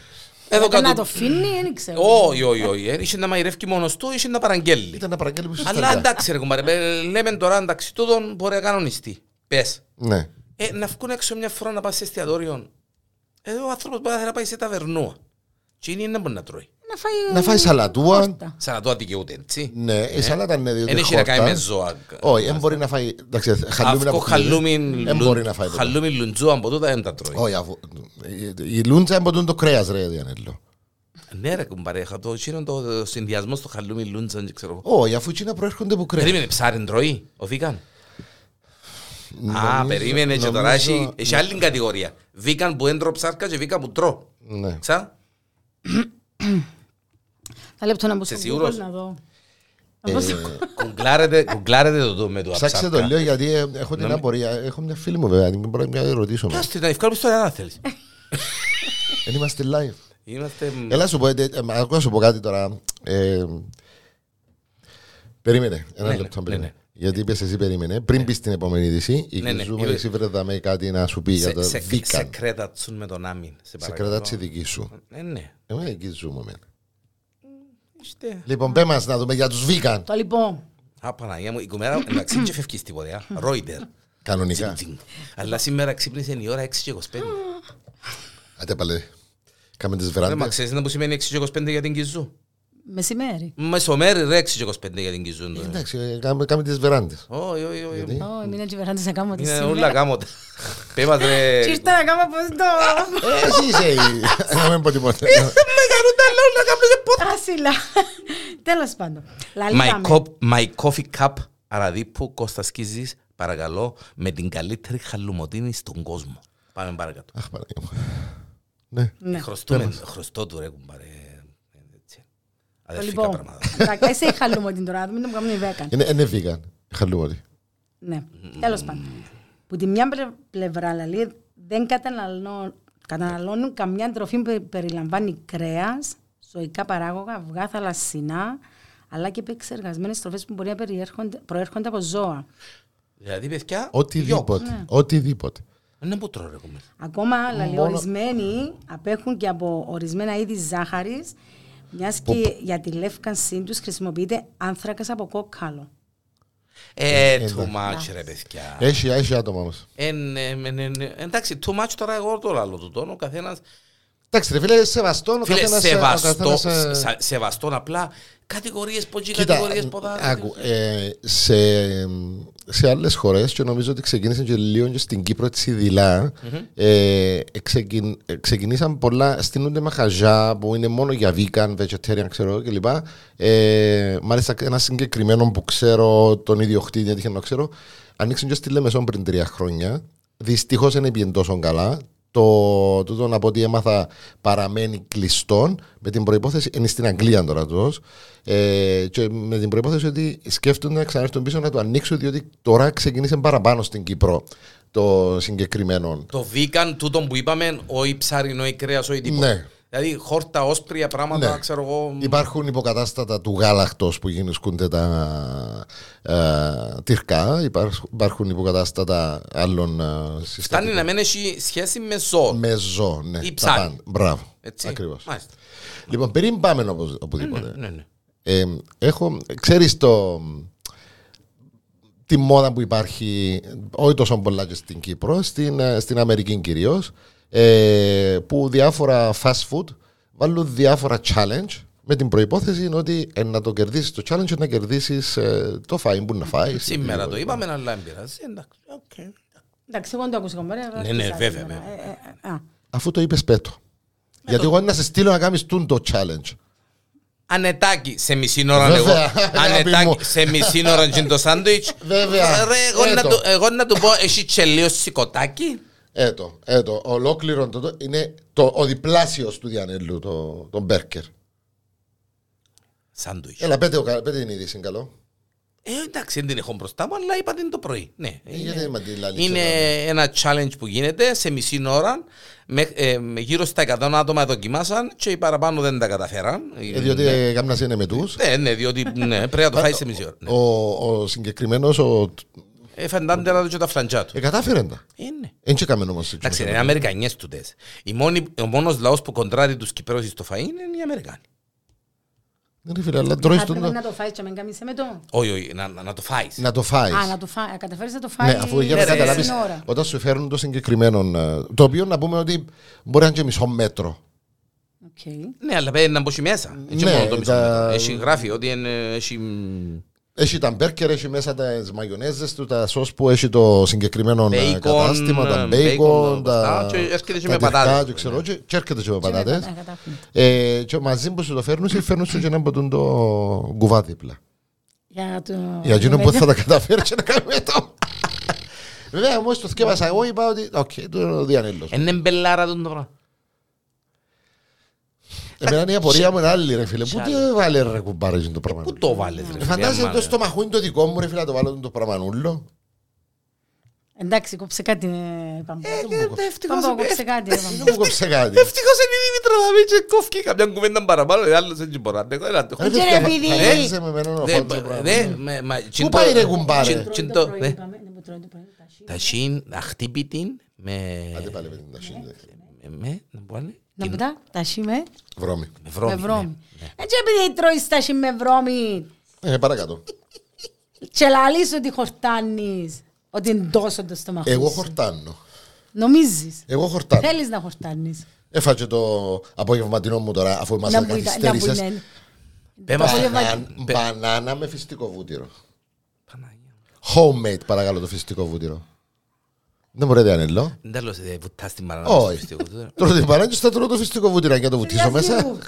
Speaker 3: Εδώ
Speaker 2: Ε, Να το
Speaker 3: κάτω.
Speaker 2: αφήνει, δεν ξέρω.
Speaker 3: Όχι, όχι, όχι. ε, Είχε να μαϊρεύει μόνος του, είχε να
Speaker 2: Ε,
Speaker 3: παραγγέλει.
Speaker 1: Ήταν να παραγγέλνεις που
Speaker 3: Αλλά εντάξει ρε κουμπάρε, ε, λέμε τώρα εντάξει, τούτον μπορεί να κανονιστεί. Πες.
Speaker 1: Ναι.
Speaker 3: Ε, να βγουν έξω μια φορά να πάει σε εστιατόριο. Εδώ ο άνθρωπος μπορεί να θέλει να πάει σε ταβερνούα. Και είναι να μπορεί να τρώει.
Speaker 2: Να φάει, ε,
Speaker 1: Να φάει σαλατούα.
Speaker 2: χόρτα.
Speaker 3: Σαν να το αδικαιούται, έτσι.
Speaker 1: Ναι, η σαλάτα είναι διότι
Speaker 3: Δεν Ε, έχει να κάνει με
Speaker 1: χόρτα.
Speaker 3: ζώα.
Speaker 1: Όχι, δεν μπορεί να φάει. Εντάξει, χαλούμι
Speaker 3: Αυκό
Speaker 1: να
Speaker 3: χαλούμι
Speaker 1: Δεν μπορεί να φάει.
Speaker 3: λουν-
Speaker 1: ποτέ.
Speaker 3: χαλούμι λουντζού από τούτα δεν τα τρώει.
Speaker 1: Όχι, αφού. η- Η λούντζα είναι ποτέ το κρέας, ρε Διανέλο.
Speaker 3: Ναι ρε κουμπάρε, είχα το εκείνο το συνδυασμό στο χαλούμι λούντζα, δεν ξέρω. εγώ.
Speaker 1: Όχι, αφού εκείνα προέρχονται από κρέας.
Speaker 3: Περίμενε, ψάριν τρώει, ο Βίκαν. Α, περίμενε και τώρα
Speaker 1: νομίζω-
Speaker 3: έχει, έχει άλλη κατηγορία. Βίκαν που δεν τρώω ψάρκα και βίκαν που τρώω.
Speaker 1: Ναι.
Speaker 3: Ξα,
Speaker 2: Θα λεπτό να μπω στο
Speaker 3: Είσαι
Speaker 2: Google
Speaker 3: σίγουρος?
Speaker 2: να δω. Να μπω
Speaker 1: Ε.
Speaker 2: στο Google.
Speaker 3: κουγκλάρετε, κουγκλάρετε το το με το
Speaker 1: Ψάξε
Speaker 3: ψάρκα.
Speaker 1: το λίγο γιατί ε, έχω την απορία. Έχω μια φίλη μου βέβαια, την μπορώ να ρωτήσω. με.
Speaker 3: Πιάστε την, να ευκάλουμε στο ένα θέλεις.
Speaker 1: Δεν είμαστε live.
Speaker 3: Είμαστε... μ,
Speaker 1: Έλα σου πω, ε, ε, μα, ακούω να σου πω κάτι τώρα. Ε, περίμενε, ένα
Speaker 3: Ναι, ναι,
Speaker 1: λεπτό
Speaker 3: ναι,
Speaker 1: περίμενε.
Speaker 3: ναι.
Speaker 1: Γιατί είπες εσύ περίμενε. Πριν πεις την επόμενη είδηση, η
Speaker 3: Ναι, ναι,
Speaker 1: Κιζούμενη
Speaker 3: είπε-
Speaker 1: σήμερα δαμε κάτι να σου πει για
Speaker 3: σε-
Speaker 1: το
Speaker 3: σε- Σε
Speaker 1: vegan.
Speaker 3: κρέτατσουν με τον άμυν.
Speaker 1: Σε κρατά τη δική σου. Ε,
Speaker 3: Ναι, ναι.
Speaker 1: Εμένα η Κιζούμενη.
Speaker 3: Είστε-
Speaker 1: Λοιπόν, πέ μας να δούμε για τους vegan.
Speaker 2: Το λοιπόν.
Speaker 3: Α, Παναγία μου, η κουμέρα εντάξει δεν φεύγεις τίποτε, α. Ρόιτερ.
Speaker 1: Κανονικά.
Speaker 3: Τσιν, τσιν. Αλλά σήμερα ξύπνησε η ώρα 6 και 25.
Speaker 1: Άντε παλέ. Κάμε τις
Speaker 3: Δεν μα
Speaker 1: βεράντες.
Speaker 3: ξέρεις να που σημαίνει 6 και 25 για την Κιζού.
Speaker 2: Μεσημέρι.
Speaker 3: Μεσομέρι ρε 6 και 25 για την Κιζού. ναι.
Speaker 1: Εντάξει, ε, κάμε- κάμε τις βεράντες.
Speaker 3: Όχι, όχι, όχι.
Speaker 2: Ω, μην έτσι βεράντες να κάνω τη
Speaker 3: Είναι
Speaker 2: σήμερα.
Speaker 3: όλα γάμοτα. Πέμα ρε.
Speaker 2: Και ήρθα να κάνω πώς το...
Speaker 1: Ε, Εσύ είσαι η... Να μην πω τίποτα.
Speaker 3: Με κάνουν τα λόγια να κάνουν πότε.
Speaker 2: Άσυλα. Τέλος πάντων.
Speaker 3: My,
Speaker 2: Λαλήκαμε.
Speaker 3: cop, my coffee cup Αραδίπου Κώστας Κίζης παρακαλώ με την καλύτερη χαλουμοτίνη στον κόσμο. Πάμε παρακάτω.
Speaker 1: Αχ, Παναγία μου. Ναι.
Speaker 2: Ναι.
Speaker 3: Χρωστούμε, χρωστό του ρε κουμπάρε. Έτσι. Αδερφικά
Speaker 2: Λοιπόν,
Speaker 3: πράγματα.
Speaker 2: εντάξει, είσαι η χαλούμοντιν τώρα, μην το κάνουμε η βέκαν.
Speaker 1: Είναι- Είναι βίγαν. Χαλούμορφη.
Speaker 2: Ναι, τέλος πάντων. Που τη μια πλε- πλευρά, δηλαδή, δεν καταναλώ- καταναλώνουν καμιά τροφή που περιλαμβάνει κρέας, ζωικά παράγωγα, αυγά, θαλασσινά, αλλά και επεξεργασμένες τροφές που μπορεί να περιέρχονται- προέρχονται από ζώα.
Speaker 3: Δηλαδή παιδιά,
Speaker 1: Οτιδήποτε. Οτιδήποτε.
Speaker 3: είναι που τρώω ρε κουμπάρε.
Speaker 2: Ακόμα, δηλαδή, ορισμένοι απέχουν και από ορισμένα είδη ζάχαρης, μιας και για τη λεύκανσή τους χρησιμοποιείται άνθρακας από κόκκαλο.
Speaker 3: Ε, too much ρε παιδιά.
Speaker 1: Έχει, έχει άτομα όμως.
Speaker 3: Εν, εμ, εν, εν, Εντάξει, too much τώρα εγώ το άλλο το τόνο. Ο καθένας
Speaker 1: Εντάξει ρε φίλε, σεβαστό. ο
Speaker 3: Φίλε,
Speaker 1: καθένας- ο
Speaker 3: σεβαστό,
Speaker 1: καθένας, ε,
Speaker 3: σε- σεβαστόν απλά. Κατηγορίες ποτσί,
Speaker 1: Κοίτα,
Speaker 3: κατηγορίες ποδά.
Speaker 1: άκου, ε, σε, σε άλλες χώρες και νομίζω ότι ξεκίνησε και λίγο και στην Κύπρο έτσι δειλά, ε, ξεκιν- ε, ξεκινήσαν πολλά, στείνονται μαχαζιά που είναι μόνο για vegan, vegetarian ξέρω εγώ κλπ. Ε, μάλιστα ένα συγκεκριμένο που ξέρω, τον ιδιοκτήτη έτυχε να ξέρω, ανοίξαν και στη Λεμεσόν πριν τρία χρόνια. Δυστυχώς δεν πήγαινε τόσο καλά. Το τούτο να πω ότι έμαθα παραμένει κλειστόν με την προπόθεση. Είναι στην Αγγλία τώρα το. Ε, και με την προπόθεση ότι σκέφτονται να ξανάρθουν πίσω να το ανοίξουν, διότι τώρα ξεκίνησε παραπάνω στην Κύπρο το συγκεκριμένο.
Speaker 3: Το vegan, τούτο που είπαμε, όχι ψάρινο, όχι κρέα, όχι τίποτα.
Speaker 1: Ναι.
Speaker 3: Δηλαδή χόρτα, όσπρια πράγματα,
Speaker 1: Ναι.
Speaker 3: ξέρω εγώ.
Speaker 1: Υπάρχουν υποκατάστατα του γάλακτος που γίνονται τα ε, τυρκά, υπάρχουν, υπάρχουν υποκατάστατα άλλων ε,
Speaker 3: Φτάνει
Speaker 1: συστατικών.
Speaker 3: να μην έχει σχέση με ζώο.
Speaker 1: Με ζώο, ναι. τα
Speaker 3: Ή ψάρι.
Speaker 1: πάντα. Μπράβο.
Speaker 3: Έτσι.
Speaker 1: Ακριβώς.
Speaker 3: Μάλιστα.
Speaker 1: Λοιπόν, πριν πάμε οπω- οπουδήποτε.
Speaker 3: Ναι, ναι.
Speaker 1: Ε, έχω, ξέρεις το, τη μόδα που υπάρχει, όχι τόσο πολλά και στην Κύπρο, στην, ε, στην Αμερική κυρίως, ε, που διάφορα fast food βάλουν διάφορα challenge με την προϋπόθεση είναι ότι ε, να το κερδίσεις το challenge να κερδίσεις ε, το φάιν που να φάεις.
Speaker 3: Σήμερα το είπαμε, αλλά δεν πειράζει. Εντάξει. οκ.
Speaker 2: Εντάξει, εγώ δεν το ακούσα ακόμα.
Speaker 3: Ναι, ναι, βέβαια, βέβαια.
Speaker 2: Ε,
Speaker 1: Αφού το είπες πέτω. Γιατί εγώ να σε στείλω να κάνεις τούν το challenge.
Speaker 3: Ανετάκι σε μισή ώρα
Speaker 1: Βέβαια,
Speaker 3: εγώ.
Speaker 1: αγάπη μου.
Speaker 3: Ανετάκι σε μισή ώρα τζιν το σάντουιτ.
Speaker 1: Βέβαια,
Speaker 3: εγώ, να
Speaker 1: έτο.
Speaker 3: του, εγώ να του πω, έχει τσελίο σηκωτάκι.
Speaker 1: Έτο, έτο. Ολόκληρο το, το- είναι το, ο διπλάσιος του Διανέλου, το, το Μπέρκερ.
Speaker 3: Σάντουιτ.
Speaker 1: Έλα, πέτε, ο κα- πέτε την είδηση, καλό.
Speaker 3: Ε, εντάξει, δεν την έχω μπροστά μου, αλλά είπα την το πρωί. Ναι,
Speaker 1: Ε, γιατί δεν μ' τη λαλείς
Speaker 3: είναι ένα challenge που γίνεται σε μισή ώρα. Με, ε, με γύρω στα 100 άτομα δοκιμάσαν και οι παραπάνω δεν τα καταφέραν.
Speaker 1: Ε, διότι
Speaker 3: ναι,
Speaker 1: ε, κάμνας είναι με τους.
Speaker 3: ναι, ναι, διότι ναι, πρέπει να το φάει σε μισή ώρα. Ναι.
Speaker 1: Ο, ο συγκεκριμένος ο,
Speaker 3: Ε, φαντάντε να δω και τα φλαντζά του.
Speaker 1: ε, κατάφερε τα.
Speaker 3: Ε, ναι.
Speaker 1: Εν και κάμεν όμως.
Speaker 3: Εντάξει, είναι Αμερικανιές τούτες. Οι μόνοι- Ο μόνος λαός που κοντράρει τους Κυπρέους στο φαΐ είναι οι Αμερικάνοι.
Speaker 1: Ναι, ρε φίλε, αλλά τρώεις
Speaker 2: πρέπει
Speaker 1: τον...
Speaker 2: να το φάεις και να μην κάνεις με το.
Speaker 3: Όχι, όχι, να, να να το φάεις.
Speaker 1: Να το φάεις.
Speaker 2: Α, να το φάει, καταφέρεις να το φάει.
Speaker 1: Ναι, αφού για να
Speaker 3: Ναι, ρε,
Speaker 1: καταλάβεις,
Speaker 2: στην ώρα.
Speaker 1: όταν σου φέρνουν το συγκεκριμένο, ε, το οποίο να πούμε ότι μπορεί να είναι και μισό μέτρο.
Speaker 2: Οκ.
Speaker 3: Ναι, αλλά πρέπει να μπω μέσα. Έτσι
Speaker 1: Ναι,
Speaker 3: μόνο το μισό
Speaker 1: τα-
Speaker 3: μέτρο. Έχει γράφει ότι είναι- έχει
Speaker 1: Έχει τα μπέρκερ, έχει μέσα τα μαγιονέζες του, τα σως που έχει το συγκεκριμένο ε,
Speaker 3: Bacon,
Speaker 1: κατάστημα, τα
Speaker 3: ε,
Speaker 1: μπέικον,
Speaker 3: bacon,
Speaker 1: τα
Speaker 3: αυτά, και έρχεται και
Speaker 1: τα
Speaker 3: με
Speaker 1: τυρκά
Speaker 3: πατάτες. Ναι.
Speaker 1: και ξέρω, και- και έρχεται και με
Speaker 2: Και με
Speaker 1: πατάτες.
Speaker 2: πατά- κατάφερα.
Speaker 1: Ε, και μαζί που σου το φέρνουν, σου φέρνουν σου και ένα από τον το κουβά δίπλα.
Speaker 2: Για το...
Speaker 1: Για εκείνο που θα τα καταφέρεις και να κάνει το. Βέβαια, όμως το θκεύασα εγώ, είπα ότι. Οκ, το είναι ο διανέλος.
Speaker 3: Είναι μπελάρα τον τώρα.
Speaker 1: Εμένα είναι η απορία μου είναι Ε, άλλη, ρε φίλε. Πού το βάλε ρε κουμπάρες το πράγμα.
Speaker 3: Πού το βάλες ρε.
Speaker 1: Φαντάζεσαι το στομαχού είναι το δικό μου, ρε φίλε, να το βάλω το πραγμανούλο.
Speaker 2: Εντάξει, κόψε κάτι. ε, Παμπά. Παμπά,
Speaker 3: Ευτυχώς
Speaker 2: κόψε
Speaker 3: είναι
Speaker 2: κάτι. ρε, Παμπά.
Speaker 1: Δεν μου κόψε κάτι.
Speaker 3: η Δήμητρα θα πει και κόφκει καμιά κουβέντα παραπάνω. ε, Άλλος δεν μπορώ. αντέχω, δεν αντέχω.
Speaker 1: Ρε
Speaker 2: Κύριε
Speaker 1: παιδιά,
Speaker 2: Βίδη.
Speaker 1: θα βάζεσαι με εμένα ο
Speaker 3: Δε-
Speaker 1: φόρτος, ρε, πράγμα. ναι.
Speaker 3: δε, με- μα- τσιν
Speaker 1: πάει,
Speaker 3: το-
Speaker 1: ρε, κουμπάρε.
Speaker 3: τσιν- τσιν
Speaker 2: Τρώει
Speaker 3: το-
Speaker 2: το πρωί,
Speaker 1: ε.
Speaker 3: δε.
Speaker 2: είπαμε, ναι, που τρώει το πρωί, τα σι.
Speaker 3: Τα σύν, αχτύπητην, με...
Speaker 1: Άντε πάλι με την ταχύτητα.
Speaker 3: με- με- να πω, ναι.
Speaker 2: Να πουτά, τα σι με
Speaker 1: Βρώμη.
Speaker 3: Με
Speaker 2: με
Speaker 3: βρώμη. ναι.
Speaker 2: Ε, βρώμη. Έτσι επειδή τρώεις τα σι με βρώμη.
Speaker 1: Ε, παρακάτω.
Speaker 2: Και λαλείς ότι χορτάνεις. Ότι είναι τόσο το στομαχό
Speaker 1: Εγώ
Speaker 2: σου.
Speaker 1: χορτάνω.
Speaker 2: Νομίζεις.
Speaker 1: Εγώ χορτάνω.
Speaker 2: Θέλεις να χορτάνεις.
Speaker 1: Έφαγε το απογευματινό μου τώρα, αφού
Speaker 2: Να
Speaker 1: είμαστε
Speaker 2: που ήταν- να που
Speaker 1: καθυστέρησες.
Speaker 2: είναι.
Speaker 3: Πε Ε, μας,
Speaker 2: Πολύ
Speaker 3: Παναγιά.
Speaker 1: Μπανάν-
Speaker 3: Πε-
Speaker 1: Μπανάνα με φυσικό βούτυρο.
Speaker 3: Παναγιά.
Speaker 1: Homemade, παρακαλώ, το φυσικό βούτυρο. Δεν μπορείτε ανελώ.
Speaker 3: Δεν τα λέω σε βουτάς την μπανάνα. στο
Speaker 1: Όχι.
Speaker 3: φιστικό τώρα.
Speaker 1: Τρώω την μπανάνα και στα τρώω το φυσικό βούτυρο. Αν και το βουτήσω
Speaker 2: Ταιριάζει
Speaker 1: μέσα.
Speaker 2: μου.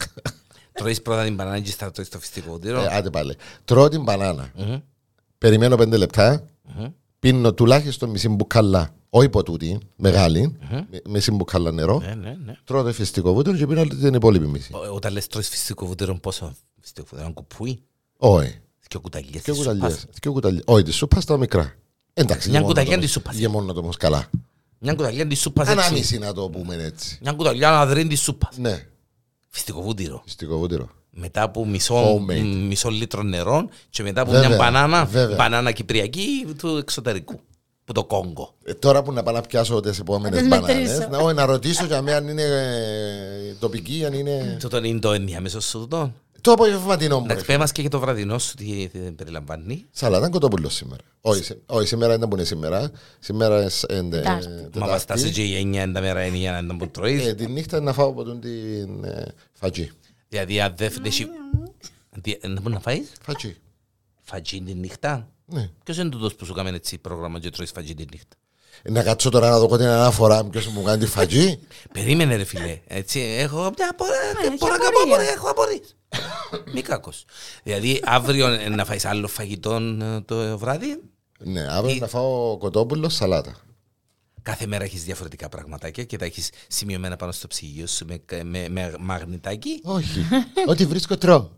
Speaker 3: Τρώεις πρώτα την μπανάνα και στα τρώεις το φιστικό
Speaker 1: Ε,
Speaker 3: τύρο.
Speaker 1: Άντε πάλι. Τρώω την μπανάνα. Περιμένω πέντε λεπτά. Πίνω τουλάχιστον μισή μπουκάλα. Όχι ποτούτη, μεγάλη. με- Μισή μπουκάλα νερό.
Speaker 3: Ναι, ναι, ναι.
Speaker 1: Τρώω το φυσικό βούτυρο και πίνω την υπόλοιπη μισή.
Speaker 3: Ό- Όταν λες τρώεις φυσικό βουτήρο, πόσο φυσικό βουτήρο, ένα κουπούι,
Speaker 1: Όχι.
Speaker 3: δυο κουταλιές
Speaker 1: Και
Speaker 3: της
Speaker 1: κουταλιές.
Speaker 3: σούπας.
Speaker 1: Και κουταλιές. Όχι, της σούπας στα μικρά. Εντάξει,
Speaker 3: Μια
Speaker 1: γεμώνω
Speaker 3: κουταλιά
Speaker 1: το-
Speaker 3: της σούπας.
Speaker 1: Γεμώνω το όμως καλά.
Speaker 3: Μια κουταλιά της σούπας
Speaker 1: Ένα
Speaker 3: έτσι.
Speaker 1: μισή να το πούμε έτσι.
Speaker 3: Μια κουταλιά αναδρύν της σούπας.
Speaker 1: Ναι,
Speaker 3: Φυσικό βουτήρο.
Speaker 1: φυσικό βούτυρο.
Speaker 3: μετά από μισό,
Speaker 1: Homemade.
Speaker 3: μισό λίτρο νερό και μετά από
Speaker 1: Βέβαια,
Speaker 3: μια μπανάνα,
Speaker 1: βέβαια.
Speaker 3: μπανάνα κυπριακή του εξωτερικού, που το Κόγκο.
Speaker 1: Ε, Τώρα που να πάω να πιάσω τις επόμενες
Speaker 2: Να τις
Speaker 1: μπανάνε.
Speaker 2: μετρήσω.
Speaker 1: Να, όχι, να ρωτήσω για μένα αν είναι ε, τοπική, αν είναι.
Speaker 3: Τούτο είναι το ενδιάμεσο σου το.
Speaker 1: Το απογευματινό μου. ρε.
Speaker 3: Εντάξει, πέ μας και για το βραδινό σου τι τι περιλαμβάνει.
Speaker 1: Σαλάτα κοτόπουλος σήμερα. Όχι, σε- όχι, σήμερα δεν μπορεί σήμερα. Σήμερα είναι ε, ε,
Speaker 2: Τετάρτη.
Speaker 3: Μα μας τάσεις
Speaker 1: Τετάρτη.
Speaker 3: και η εννιά εν τα μέρα είναι για να τα που
Speaker 1: Ε,
Speaker 3: τρώεις.
Speaker 1: Τη νύχτα να φάω από τον την ε, φατζή.
Speaker 3: Δηλαδή αν δεν φταίει... Να μπορεί να φάεις
Speaker 1: Φατζή.
Speaker 3: φατζίν τη νύχτα.
Speaker 1: Ναι.
Speaker 3: Ποιος είναι τούτος που σου κάνει έτσι πρόγραμμα και τρώεις φατζίν τη νύχτα.
Speaker 1: Ε, Να κάτσω τώρα να δω την αναφορά ποιος μου κάνει τη φατζή.
Speaker 3: Περίμενε ρε φίλε, έτσι, έχω μια απορία, δεν
Speaker 2: Ναι, έχει
Speaker 3: μπορώ να κάνω
Speaker 2: απορία.
Speaker 3: απορία, έχω απορίες. Μη κακός. Δηλαδή αύριο ε, να φάεις άλλο φαγητό ε, το βράδυ,
Speaker 1: Ναι, αύριο να φάω κοτόπουλο σαλάτα.
Speaker 3: κάθε μέρα έχεις διαφορετικά πραγματάκια και τα έχεις σημειωμένα πάνω στο ψυγείο σου με, με, με μαγνητάκι.
Speaker 1: Όχι. Ό,τι βρίσκω τρώω.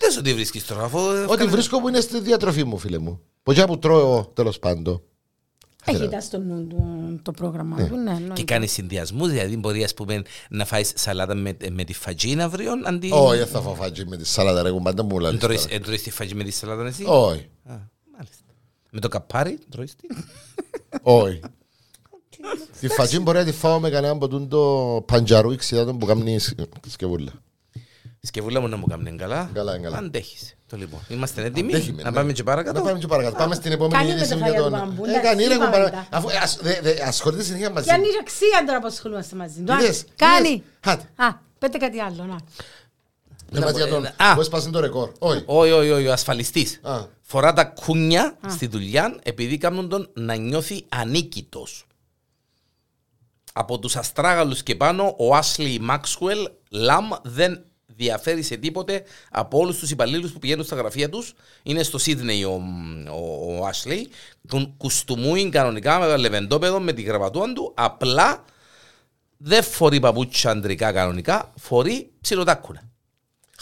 Speaker 3: Δεν σου τι βρίσκεις τώρα, αφού...
Speaker 1: Ό,τι
Speaker 3: κάνε-
Speaker 1: βρίσκω που είναι στη διατροφή μου, φίλε μου. Ποτιά που τρώω, τέλος πάντων.
Speaker 2: Έχει τα στο νου του το πρόγραμμα του. ναι, εννοείται.
Speaker 3: Και κάνεις συνδυασμούς, δηλαδή μπορεί ας πούμε να φάεις σαλάτα με, με τη φατζίνα αύριο, αντί...
Speaker 1: Όχι, δεν θα φάω φάτζι με τη σαλάτα, ρε κουμπάντα μου
Speaker 3: Δεν
Speaker 1: λαλείς
Speaker 3: τρώεις-
Speaker 1: τώρα.
Speaker 3: δεν τρώεις τη φατζή με τη σαλάτα εσύ.
Speaker 1: Όχι,
Speaker 3: Α, μάλιστα. Με το καπάρι τρώεις τι.
Speaker 1: όχι. Τη φατζή μπορεί να τη φάω με κανένα από τον το παντζαρού ξυδάτων που κάνει σκευούλα.
Speaker 3: Σκευούλα μου να μου κάνει καλά.
Speaker 1: Καλά, είναι καλά.
Speaker 3: Αντέχεις. Το λοιπόν. Είμαστε έτοιμοι.
Speaker 1: Αντέχουμε,
Speaker 3: να
Speaker 1: ναι.
Speaker 3: πάμε και
Speaker 1: Να
Speaker 3: παρακάτω.
Speaker 1: πάμε και παρακάτω. Πάμε στην επόμενη
Speaker 2: Κάνει με
Speaker 1: είδηση.
Speaker 2: το
Speaker 1: για
Speaker 2: φαγητό
Speaker 1: τον-
Speaker 2: του μπαμπού,
Speaker 1: Ε,
Speaker 2: εντάξει,
Speaker 1: κάνει, ρε,
Speaker 2: είπαμε
Speaker 1: κουμπάρα.
Speaker 2: τα.
Speaker 1: Αφού ας- δε- δε- ασχολείται συνέχεια μαζί.
Speaker 2: Πιάνει η αξία τώρα που ασχολούμαστε μαζί του.
Speaker 1: Είδες, είδες.
Speaker 2: Κάνει.
Speaker 1: Χάτε.
Speaker 2: Α, πέτε κάτι άλλο. Να.
Speaker 1: Δεν μας για τον.
Speaker 3: ε, Α.
Speaker 1: Που έσπασε το ρεκόρ. Όχι.
Speaker 3: Όχι, όχι, όχι, ο ασφαλιστής.
Speaker 1: Α.
Speaker 3: Φορά τα κούνια στη δουλειά επειδή κάνουν τον να νιώθει ανίκητος. Από τους αστράγαλους και πάνω, ο Άσλι Μάξουελ Λαμ δεν διαφέρει σε τίποτε από όλους τους υπαλλήλους που πηγαίνουν στα γραφεία τους. Είναι στο Σίδνεϊ ο, ο, ο Άσλι. Τον κουστούμουν κανονικά με το λεβεντόπεδο με τη γραβατούα του. Απλά δεν φορεί παπούτσια αντρικά κανονικά, φορεί ψηλοτάκουνα.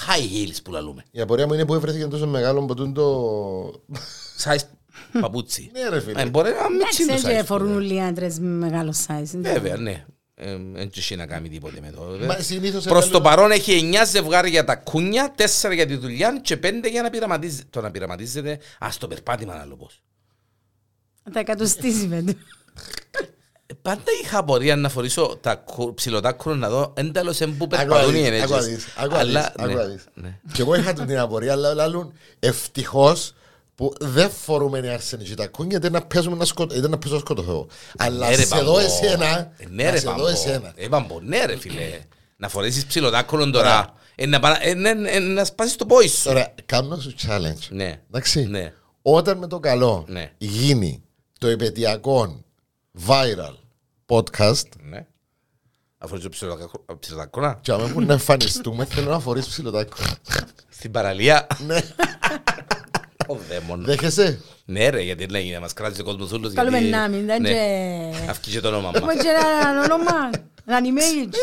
Speaker 3: High heels που λαλούμε.
Speaker 1: Η απορία μου είναι που έβρεθηκε τόσο μεγάλο από τον το.
Speaker 3: Size παπούτσι.
Speaker 1: Ναι, ρε φίλε.
Speaker 3: Ε, Μπορεί να μην
Speaker 2: Εντάξει,
Speaker 3: τσιν
Speaker 2: δεν
Speaker 3: το
Speaker 2: και
Speaker 3: size.
Speaker 2: φορούν όλοι οι άντρες με μεγάλο size.
Speaker 3: Βέβαια, ναι. Δεν έχει να κάνει τίποτε με το.
Speaker 1: Μα συνήθως
Speaker 3: Προς Ε. το
Speaker 1: έβγαλε-
Speaker 3: παρόν έχει 9 ζευγάρια για τα κούνια, 4 για τη δουλειά και 5 για να πειραματίζεται. Το να πειραματίζεται, ας το περπάτημα να λέω πώς.
Speaker 2: Τα εκατοστήσει με του.
Speaker 3: Ε, Πάντα είχα απορία να φορήσω τα κου- ψηλωτά κρούνια να δω ένταλος εν που περπατούν οι ναι, ενέργειε.
Speaker 1: Και εγώ είχα την απορία, αλλά λαλούν ευτυχώς που δεν φορούμε οι αρσενικοί τα κούνια, δεν να παίζουμε να σκοτώ, δεν να παίζω να σκοτωθώ. Αλλά
Speaker 3: Ναι, ρε,
Speaker 1: σε δω
Speaker 3: Παμπό.
Speaker 1: εσένα,
Speaker 3: Ε, Ναι,
Speaker 1: να
Speaker 3: ρε
Speaker 1: σε δω
Speaker 3: Παμπό.
Speaker 1: εσένα.
Speaker 3: Ε, Παμπό, ναι, ρε φίλε. Να φορέσεις ψηλοτάκολον τώρα. Ε, να παρα- ε, ναι, ναι, ε, Να σπάσεις το πόη σου.
Speaker 1: Τώρα, κάνω σου challenge.
Speaker 3: Ναι.
Speaker 1: Εντάξει.
Speaker 3: Ναι.
Speaker 1: Όταν με το καλό
Speaker 3: Ναι.
Speaker 1: γίνει το επαιτειακό viral podcast,
Speaker 3: Ναι. Αφού είσαι ψηλοτάκολα.
Speaker 1: και άμα που να εμφανιστούμε, θέλω να φορείς ψηλοτάκο.
Speaker 3: Στην παραλία.
Speaker 1: Ναι,
Speaker 3: Ο δαίμονας.
Speaker 1: δέχεσαι.
Speaker 3: Ναι ρε, γιατί να γίνει, να μας κράτησε ο κόσμος όλος.
Speaker 2: Καλούμε
Speaker 3: γιατί-
Speaker 2: να μην, δεν
Speaker 3: Ναι.
Speaker 2: και...
Speaker 3: Αυκεί και το όνομα
Speaker 2: Έχουμε
Speaker 3: μας.
Speaker 2: και ένα όνομα. Ένα animage.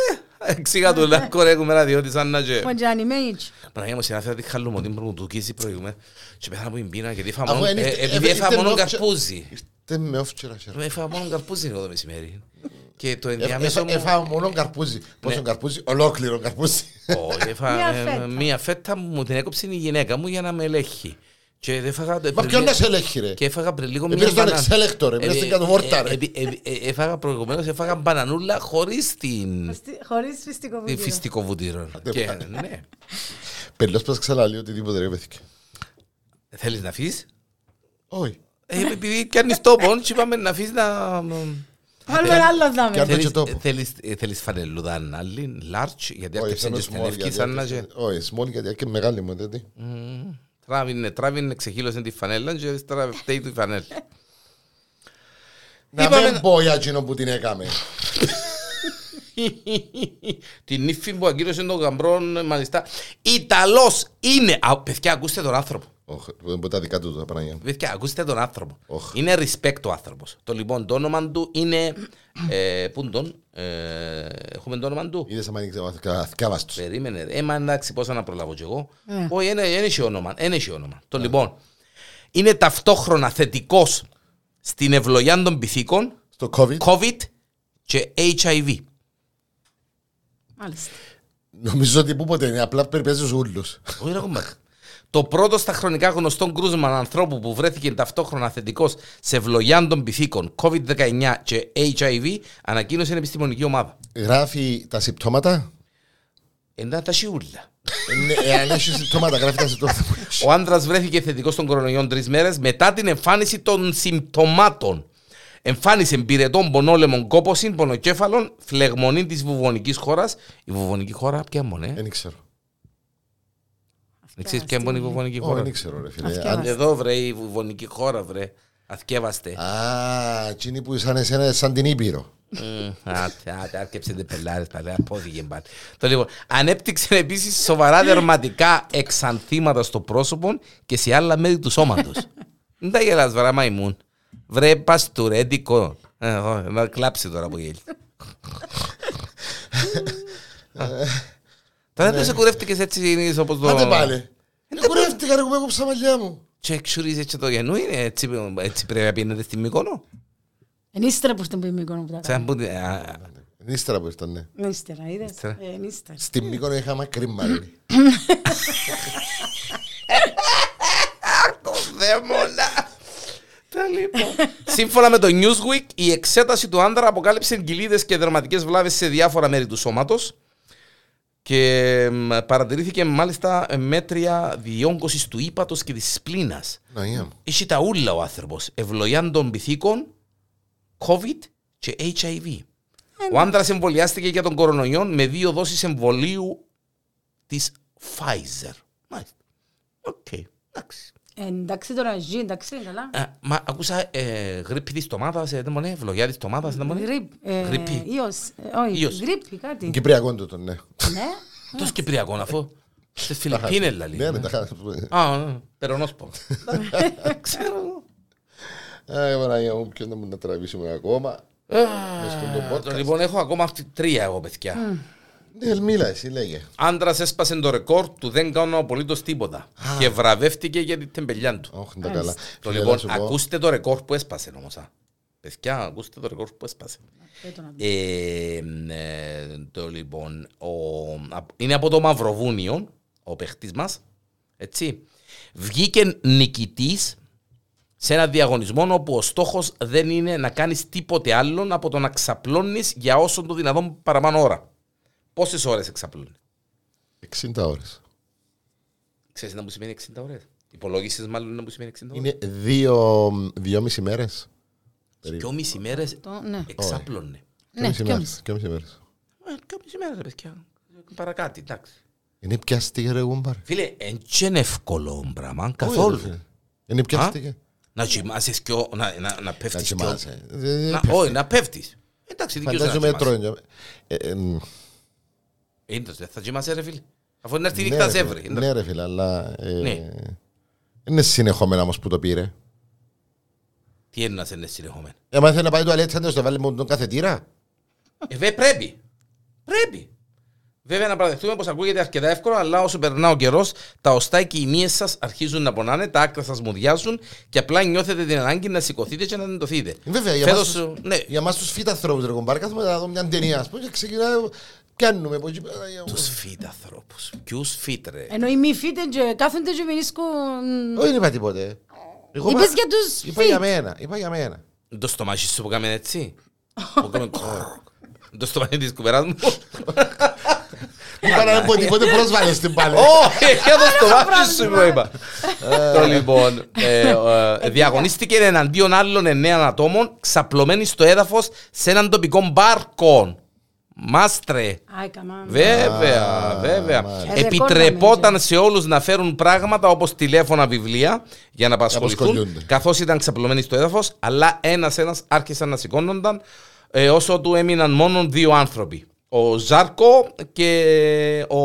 Speaker 3: Ξήγα του λάκκο ρε, έχουμε ένα διότι σαν να και...
Speaker 2: Έχουμε και ένα animage.
Speaker 3: Παναγία μου, συνάφερα τη χαλούμω, την μου του κίζει προηγούμε. Και πέθανα από την πείνα, γιατί έφαγα
Speaker 1: Αφού
Speaker 3: μόνο-
Speaker 1: ένιχτε-
Speaker 3: ε,
Speaker 1: ήρθε-
Speaker 3: επειδή έφαγα
Speaker 1: ήρθε
Speaker 3: μόνο
Speaker 1: νόφτια-
Speaker 3: καρπούζι.
Speaker 1: Ήρθε με όφτυρα, χέρι.
Speaker 3: Έφαγα μόνο καρπούζι εγώ το μεσημέρι. Και το
Speaker 1: Ε,
Speaker 3: ενδιάμεσο
Speaker 1: έφα-
Speaker 3: μου...
Speaker 1: Έφαγα μόνο καρπούζι. Πόσο καρπούζι, ολόκληρο καρπούζι.
Speaker 3: Όχι, έφαγα
Speaker 2: Μία
Speaker 3: ε,
Speaker 2: φέτα.
Speaker 3: μία φέτα που μου την έκοψε η γυναίκα μου για να με ελέγχει. Και δεν έφαγα... το-
Speaker 1: Μα ποιον να σε ελέγχει, ρε.
Speaker 3: Και έφαγα πριν λίγο
Speaker 1: Ε,
Speaker 3: μία
Speaker 1: πήρες τον
Speaker 3: μπανάνα.
Speaker 1: εξέλεκτο, ρε, πήρες
Speaker 3: Ε,
Speaker 1: την κατοβόρτα,
Speaker 3: ε,
Speaker 1: ρε.
Speaker 3: ε, ε, ε, Έφαγα προηγουμένως, έφαγα μπανανούλα χωρίς την...
Speaker 2: Φυστι- Χωρίς φυστικό
Speaker 3: την
Speaker 2: βίντεο.
Speaker 3: Ε, φυστικό βουτύρο. Και ναι,
Speaker 1: Περιλώς πας ξαναλύει οτιδήποτε ρε παιδιά.
Speaker 3: θέλεις να φύγεις.
Speaker 1: Όχι.
Speaker 3: Ε, Επειδή πιάνεις τόπον, και είπαμε να αφήσει να.
Speaker 2: Βάλουμε ένα άλλο
Speaker 1: Κι αν-
Speaker 2: δάμε.
Speaker 1: Κάντε και
Speaker 3: Θέλεις-
Speaker 1: τόπο.
Speaker 3: θέλεις- ε, Θέλεις φανελούδα άλλη, large, γιατί
Speaker 1: Όχι,
Speaker 3: άρχισε
Speaker 1: θέλω
Speaker 3: και
Speaker 1: small,
Speaker 3: στην ευκή
Speaker 1: γιατί-
Speaker 3: σαν να και...
Speaker 1: Όχι, small γιατί και μεγάλη μου τέτοι.
Speaker 3: Μμμ. Τράβηνε, τράβηνε, ξεχύλωσε τη φανέλα και ύστερα φταίει του φανέλα.
Speaker 1: Να
Speaker 3: Είπαμε-
Speaker 1: μην πω για εκείνο που την έκαμε.
Speaker 3: Την ύφη που ακύρωσε τον γαμπρόν μάλιστα. Ιταλός είναι... Α, Παιδιά, ακούστε τον άνθρωπο.
Speaker 1: Ωχ, δεν μπορεί τα δικά του τα πράγματα.
Speaker 3: Παιδιά, ακούστε τον άνθρωπο.
Speaker 1: Οχ.
Speaker 3: Είναι respect ο άνθρωπος. Το λοιπόν, το όνομα του είναι. Ε, πού είναι τον. Ε, έχουμε το όνομα του.
Speaker 1: Είδες άμα είναι ξεβαθκάβας τους.
Speaker 3: Περίμενε. ρε. Έμα εντάξει, πόσα να προλάβω κι εγώ. Όχι, δεν έχει όνομα. Εν έχει όνομα. Το λοιπόν, είναι ταυτόχρονα θετικός στην ευλογιά των πυθίκων,
Speaker 1: Στο COVID
Speaker 3: COVID και HIV.
Speaker 2: Μάλιστα.
Speaker 1: νομίζω ότι πούποτε είναι απλά περιπέζεις ούλους.
Speaker 3: Όχι, ρε, κομμάτι. Το πρώτο στα χρονικά γνωστό κρούσμα ανθρώπου που βρέθηκε ταυτόχρονα θετικός σε ευλογιά των πυθίκων, COVID-19 και HIV, ανακοίνωσε η επιστημονική ομάδα.
Speaker 1: Γράφει τα συμπτώματα.
Speaker 3: Εντά Ε, τα σιούλα.
Speaker 1: Ναι, Εάν έχει συμπτώματα, γράφει τα συμπτώματα. που έχεις.
Speaker 3: Ο άντρας βρέθηκε θετικός των κορονοϊών τρεις μέρες μετά την εμφάνιση των συμπτωμάτων. Εμφάνισε πυρετών πονόλεμων κόποσιν, πονοκέφαλων, φλεγμονή της βουβονικής χώρας. Η βουβονική χώρα, ποια μόνο, ε.
Speaker 1: Δεν ξέρω.
Speaker 3: Δεν ξέρει ποια μόνο η βουβονική
Speaker 1: Όχι,
Speaker 3: χώρα.
Speaker 1: δεν ξέρω, ρε φίλε.
Speaker 2: Αθκιάβας.
Speaker 1: Αν-
Speaker 3: Εδώ, βρε, η βουβονική χώρα, βρε. Αθκεύαστε.
Speaker 1: Α, εκείνη που σαν εσένα, σαν την Ήπειρο.
Speaker 3: Μμμ, Άτε, άτε, άρκεψε την πελάρες παλιά, πόδι μπάτε. Το λοιπόν, ανέπτυξε επίσης σοβαρά δερματικά εξανθήματα στο πρόσωπο και σε άλλα μέρη του σώματος. Δεν τα γελάς βρά μαϊμούν. Βρε παστουρέντικο. Ε, ω, Να κλάψει τώρα που γέλει. Τώρα δεν σε κουρεύτηκες έτσι είναι όπως το...
Speaker 1: Ναι. Άντε πάλι. Ε, Κουρεύτηκα ρε, εγώ κόψα μαλλιά μου.
Speaker 3: Και εξουρίζεις έτσι το γεννού είναι, έτσι, έτσι πρέπει να πίνετε στη Μυκόνο.
Speaker 2: Εν ύστερα που στον ποιμικό που τα
Speaker 3: Σαν
Speaker 2: κάνουμε.
Speaker 3: που- α,
Speaker 1: Εν Ύστερα που ήρθαν, ναι.
Speaker 2: Εν ύστερα, είδες.
Speaker 3: Ύστερα.
Speaker 2: Ε, Εν ύστερα.
Speaker 1: Στην Μύκονο είχα μακρύ μαλλί.
Speaker 3: Το δαίμονα. Τα λοιπόν. Σύμφωνα με το Newsweek, η εξέταση του άντρα αποκάλυψε κοιλίδε και δερματικέ βλάβες σε διάφορα μέρη του σώματος. Και μ, παρατηρήθηκε μάλιστα μέτρια διόγκωσης του ύπατος και της σπλήνα.
Speaker 1: Να γεια μου.
Speaker 3: Είχε τα ούλα ο άνθρωπος. Ευλογιάν των πυθίκων, COVID και HIV. Ο άντρας εμβολιάστηκε για τον κορονοϊό με δύο δόσεις εμβολίου της Pfizer. Μάλιστα. Οκ. Εντάξει.
Speaker 2: Ε, Εντάξει τώρα, ζει, εντάξει, είναι καλά.
Speaker 3: Α, Μα ακούσα ε, γρήπη της τομάτας, ε, δεν μόνε, ευλογιά της τομάτας, δεν μόνε.
Speaker 2: Γρυπ. ε,
Speaker 3: ναι. Γρυπή.
Speaker 2: Ιός. ε, Όχι,
Speaker 3: Ιός.
Speaker 2: γρυπή κάτι.
Speaker 1: Κυπριακό το, ναι.
Speaker 2: Ναι.
Speaker 3: Τος Κυπριακό αφού. Στις Φιλιππίνες λαλεί.
Speaker 1: Ναι, ναι, τα χάσα.
Speaker 3: Α, ναι, περονόσπο. Ξέρω. εγώ.
Speaker 1: Ε, Παναγία μου, ποιο να μου να τραβήσουμε ακόμα. Μες στον το podcast.
Speaker 3: Α, Λοιπόν, έχω ακόμα αυτή τρία εγώ, παιδιά.
Speaker 1: Ναι, μίλα εσύ, λέγε.
Speaker 3: Άντρας έσπασε το ρεκόρ του δεν κάνω απολύτως τίποτα. Και βραβεύτηκε για την τεμπελιά του.
Speaker 1: Όχι, τα καλά.
Speaker 3: Το
Speaker 1: Φίλε,
Speaker 3: λοιπόν,
Speaker 1: να σου πω,
Speaker 3: ακούστε το ρεκόρ που έσπασε όμως. α. Παιδιά, ακούστε το ρεκόρ που έσπασε.
Speaker 2: Πέτω να δω.
Speaker 3: Ε, ε, το λοιπόν, ο, απ- είναι από το Μαυροβούνιο, ο παίχτης μας, έτσι. Βγήκε νικητής σε ένα διαγωνισμό όπου ο στόχος δεν είναι να κάνεις τίποτε άλλο από το να ξαπλώνεις για όσο το δυνατόν παραπάνω ώρα. Πόσες ώρες εξαπλώνεις.
Speaker 1: 60 ώρες.
Speaker 3: Ξέρεις να μου σημαίνει 60 ώρες. Υπολόγισες μάλλον να μου σημαίνει 60 ώρες.
Speaker 1: Είναι δύο, δυόμιση μέρες. περίπου.
Speaker 3: Δυόμιση μέρες
Speaker 2: Το- Ναι,
Speaker 3: εξαπλώνε.
Speaker 2: ναι,
Speaker 1: Δυόμιση
Speaker 2: δυόμιση.
Speaker 1: μέρες, δυόμιση μέρες.
Speaker 3: Ε, Δυόμιση μέρες ρε παιδιά. Παρακάτι, εντάξει.
Speaker 1: Είναι πιάστηκε ρε γούμπαρε.
Speaker 3: Φίλε, δεν είναι εύκολο πράγμα
Speaker 1: Όχι, ρε,
Speaker 3: καθόλου.
Speaker 1: φίλε. Είναι πιάστηκε.
Speaker 3: Να κοιμάσαι σκιο, να, να, να
Speaker 1: Να
Speaker 3: πέφτεις σκιο.
Speaker 1: κοιμάσαι. Δεν- δεν
Speaker 3: Να,
Speaker 1: πιάστηκε.
Speaker 3: όχι, να πέφτεις. Εντάξει, δικαιούς να
Speaker 1: Φαντάζομαι
Speaker 3: κοιμάσαι.
Speaker 1: τρώει. Ε, ε, μ,
Speaker 3: Ε, εντάξει, δεν θα κοιμάσαι ρε φίλε. Αφού είναι έρθει η
Speaker 1: ναι,
Speaker 3: νύχτα
Speaker 1: ρε,
Speaker 3: σε
Speaker 1: φίλε.
Speaker 3: έβρι.
Speaker 1: Ναι ρε φίλε, αλλά... ε,
Speaker 3: Ναι.
Speaker 1: Είναι συνεχόμενα όμως που το πήρε.
Speaker 3: Τι είναι να σε είναι συνεχόμενο.
Speaker 1: Έμαθε να πάει τουαλέτσα, να στο βάλει μόνο τον καθετήρα.
Speaker 3: Ε, βέ, πρέπει. Πρέπει. Βέβαια να παραδεχτούμε πως ακούγεται αρκετά εύκολο, αλλά όσο περνά ο καιρός, τα οστά και οι μύες σας αρχίζουν να πονάνε, τα άκρα σας μουδιάζουν και απλά νιώθετε την ανάγκη να σηκωθείτε και να τεντωθείτε.
Speaker 1: Ε, Βέβαια, για
Speaker 3: Φέτος,
Speaker 1: μας-
Speaker 3: ναι,
Speaker 1: Για εμάς τους φύτα ανθρώπους ρε κομπάρ, κάθομαι να δω μια ταινία, ας πούμε, και ξεκινάμε, πιάνουμε από εκεί πέρα. για-
Speaker 3: τους φίτ ανθρώπους. Ποιους φίτ ρε.
Speaker 2: Ενώ οι μη φύτεν και κάθονται και μηνίσκουν...
Speaker 1: Όχι, δεν είπα τίποτε. Εγώ
Speaker 2: Είπες
Speaker 1: είπα-
Speaker 2: για τους
Speaker 1: Είπα για
Speaker 2: φιτ.
Speaker 1: μένα, είπα για μένα.
Speaker 3: Το στομάχι σου που κάμε έτσι. Που κάμε κρρρρ. Το στομάχι της κουβεράς μου.
Speaker 1: Είπα να μην πω τίποτε, πρόσβαλες την πάλι.
Speaker 3: ε, Όχι, για το στομάχι σου που είπα. Το λοιπόν, ε, ε, διαγωνίστηκε εναντίον άλλων εννέα ατόμων ξαπλωμένη στο έδαφος σε έναν τοπικό μπάρκο. Μάστρε.
Speaker 2: Άι, καμά.
Speaker 3: Βέβαια, βέβαια.
Speaker 1: μάλιστα.
Speaker 3: Επιτρεπόταν σε όλους να φέρουν πράγματα όπως τηλέφωνα, βιβλία για να απασχοληθούν.
Speaker 1: Απασχολούνται.
Speaker 3: Καθώς Ναι. ήταν ξαπλωμένοι στο έδαφος, αλλά ένα-ένα άρχισαν να σηκώνονταν ε, όσο του έμειναν μόνο δύο άνθρωποι. Ο Ζάρκο και ο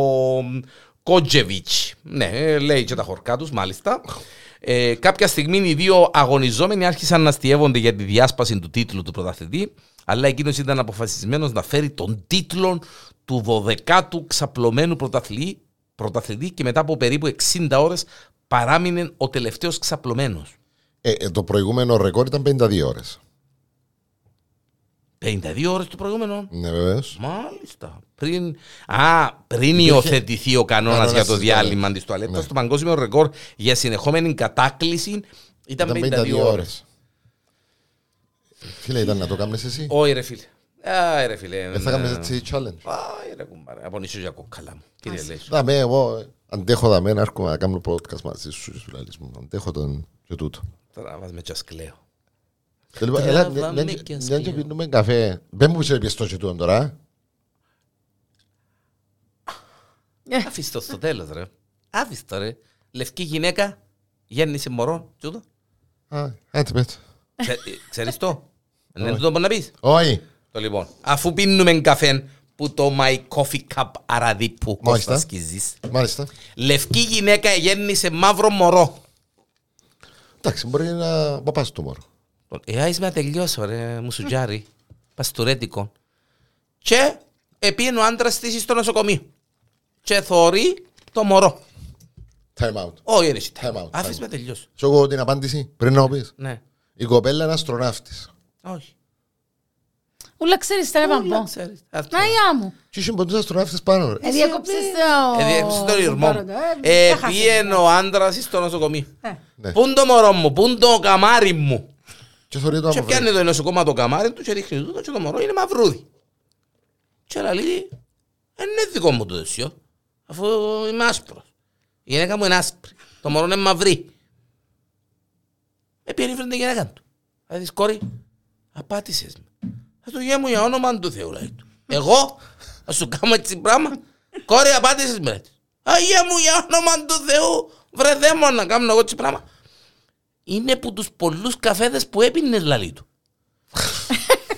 Speaker 3: Κότζεβιτ. Ναι, ε, λέει και τα χορκά τους, μάλιστα. Ε, κάποια στιγμή οι δύο αγωνιζόμενοι άρχισαν να αστείευονται για τη διάσπαση του τίτλου του πρωταθλητή, αλλά εκείνος ήταν αποφασισμένος να φέρει τον τίτλο του 12ου ξαπλωμένου πρωταθλητή, πρωταθλητή και μετά από περίπου 60 ώρες παράμεινε ο τελευταίος ξαπλωμένος.
Speaker 1: Ε, ε, το προηγούμενο ρεκόρ ήταν 52 ώρε.
Speaker 3: 52 ώρες το προηγούμενο.
Speaker 1: Ναι, βεβαίως.
Speaker 3: Μάλιστα. Πριν, α, πριν υιοθετηθεί ο κανόνας
Speaker 1: Κανόνας
Speaker 3: για το
Speaker 1: της
Speaker 3: διάλειμμα
Speaker 1: τουαλέτας.
Speaker 3: της τουαλέτας,
Speaker 1: Ναι.
Speaker 3: το παγκόσμιο ρεκόρ για συνεχόμενη κατάκληση ήταν, 52 ώρε.
Speaker 1: Ε, Φίλε, ήταν να το κάνεις εσύ.
Speaker 3: Όχι, ρε φίλε. Α, ρε φίλε.
Speaker 1: Δεν Ε, θα κάνεις έτσι challenge.
Speaker 3: Α, ρε κουμπάρε. Απονήσω για κοκκαλά μου. Τι ρε λες.
Speaker 1: Δαμέ, εγώ ε, αντέχω δαμέ να έρχομαι να κάνω podcast μαζί σου. σου λαλείς μου. Αντέχω τον και τούτο.
Speaker 3: Τραβάς με τσασκλέο.
Speaker 1: Ε, λοιπόν,
Speaker 3: Τραβάμε
Speaker 1: Έλα, μια- μια-
Speaker 3: και
Speaker 1: μια-
Speaker 3: ασκείο.
Speaker 1: μια και πίνουμε καφέ. Δεν μου ξέρει πιεστό και τούτο τώρα.
Speaker 2: Ε,
Speaker 3: Άφησε το στο τέλος ρε. Άφησε το ρε. Λευκή γυναίκα, γέννησε μωρό. Τσούτο.
Speaker 1: ε. Α, έτσι πες.
Speaker 3: Ξε- ε, Ξέρεις το. Δεν το μπορεί να πεις.
Speaker 1: Όχι.
Speaker 3: Το λοιπόν. Αφού πίνουμε καφέ που το My Coffee Cup αραδίπου
Speaker 1: Μάλιστα.
Speaker 3: Κώστας Κιζής.
Speaker 1: Μάλιστα.
Speaker 3: Λευκή γυναίκα γέννησε μαύρο μωρό.
Speaker 1: Εντάξει, μπορεί να παπάς το μωρό.
Speaker 3: Ε, άις με να τελειώσω ρε, μουσουτζάρι. Παστουρέτικο. Και επίνει ο άντρας της στο νοσοκομείο. Και θωρεί το μωρό.
Speaker 1: Time out.
Speaker 3: Όχι, είναι εσύ.
Speaker 1: Time out,
Speaker 3: Άφησε
Speaker 1: time
Speaker 3: με να τελειώσω.
Speaker 1: Σου έχω την απάντηση πριν να μου πεις.
Speaker 3: Ναι.
Speaker 1: Η κοπέλα είναι αστροναύτης.
Speaker 3: Όχι.
Speaker 4: Ούλα ξέρεις τι να πω.
Speaker 3: Ξέρεις. Αυτό.
Speaker 4: Μαγιά μου.
Speaker 1: Τι είχε πολλούς αστροναύτες πάνω ρε.
Speaker 4: Ε, Διακόψεις το...
Speaker 3: Ε, διέκοψε τον ιρμό. μου.
Speaker 2: παρόντα, ε,
Speaker 3: Ε,
Speaker 2: τα χάσαμε.
Speaker 3: Πήγαινε ο άντρας στο νοσοκομείο.
Speaker 2: Ε,
Speaker 1: Ναι.
Speaker 3: Πού είναι το μωρό μου, πού είναι το καμάρι μου.
Speaker 1: Και θωρεί το
Speaker 3: Και
Speaker 1: άμα
Speaker 3: πιάνει
Speaker 1: βρει.
Speaker 3: το νοσοκόμα το καμάρι του και ρίχνει τούτο και το μωρό είναι μαυρούδι. Και λέει, «Ε, είναι δικό μου το δεσιό, αφού είμαι άσπρος. Η γυναίκα μου είναι άσπρη, το μωρό είναι μαυρί. Επίενε φέρνει τη γυναίκα του. Θα δεις κόρη, απάτησες με. Θα του γεια μου για όνομα του Θεού, λέει του. Εγώ, θα σου κάνω έτσι πράγμα. Κόρη, απάτησες με. λέει της. Αγία μου για όνομα του Θεού, βρε δαίμονα, να κάνω εγώ έτσι πράγμα είναι από τους πολλούς καφέδες που έπινες λαλή του.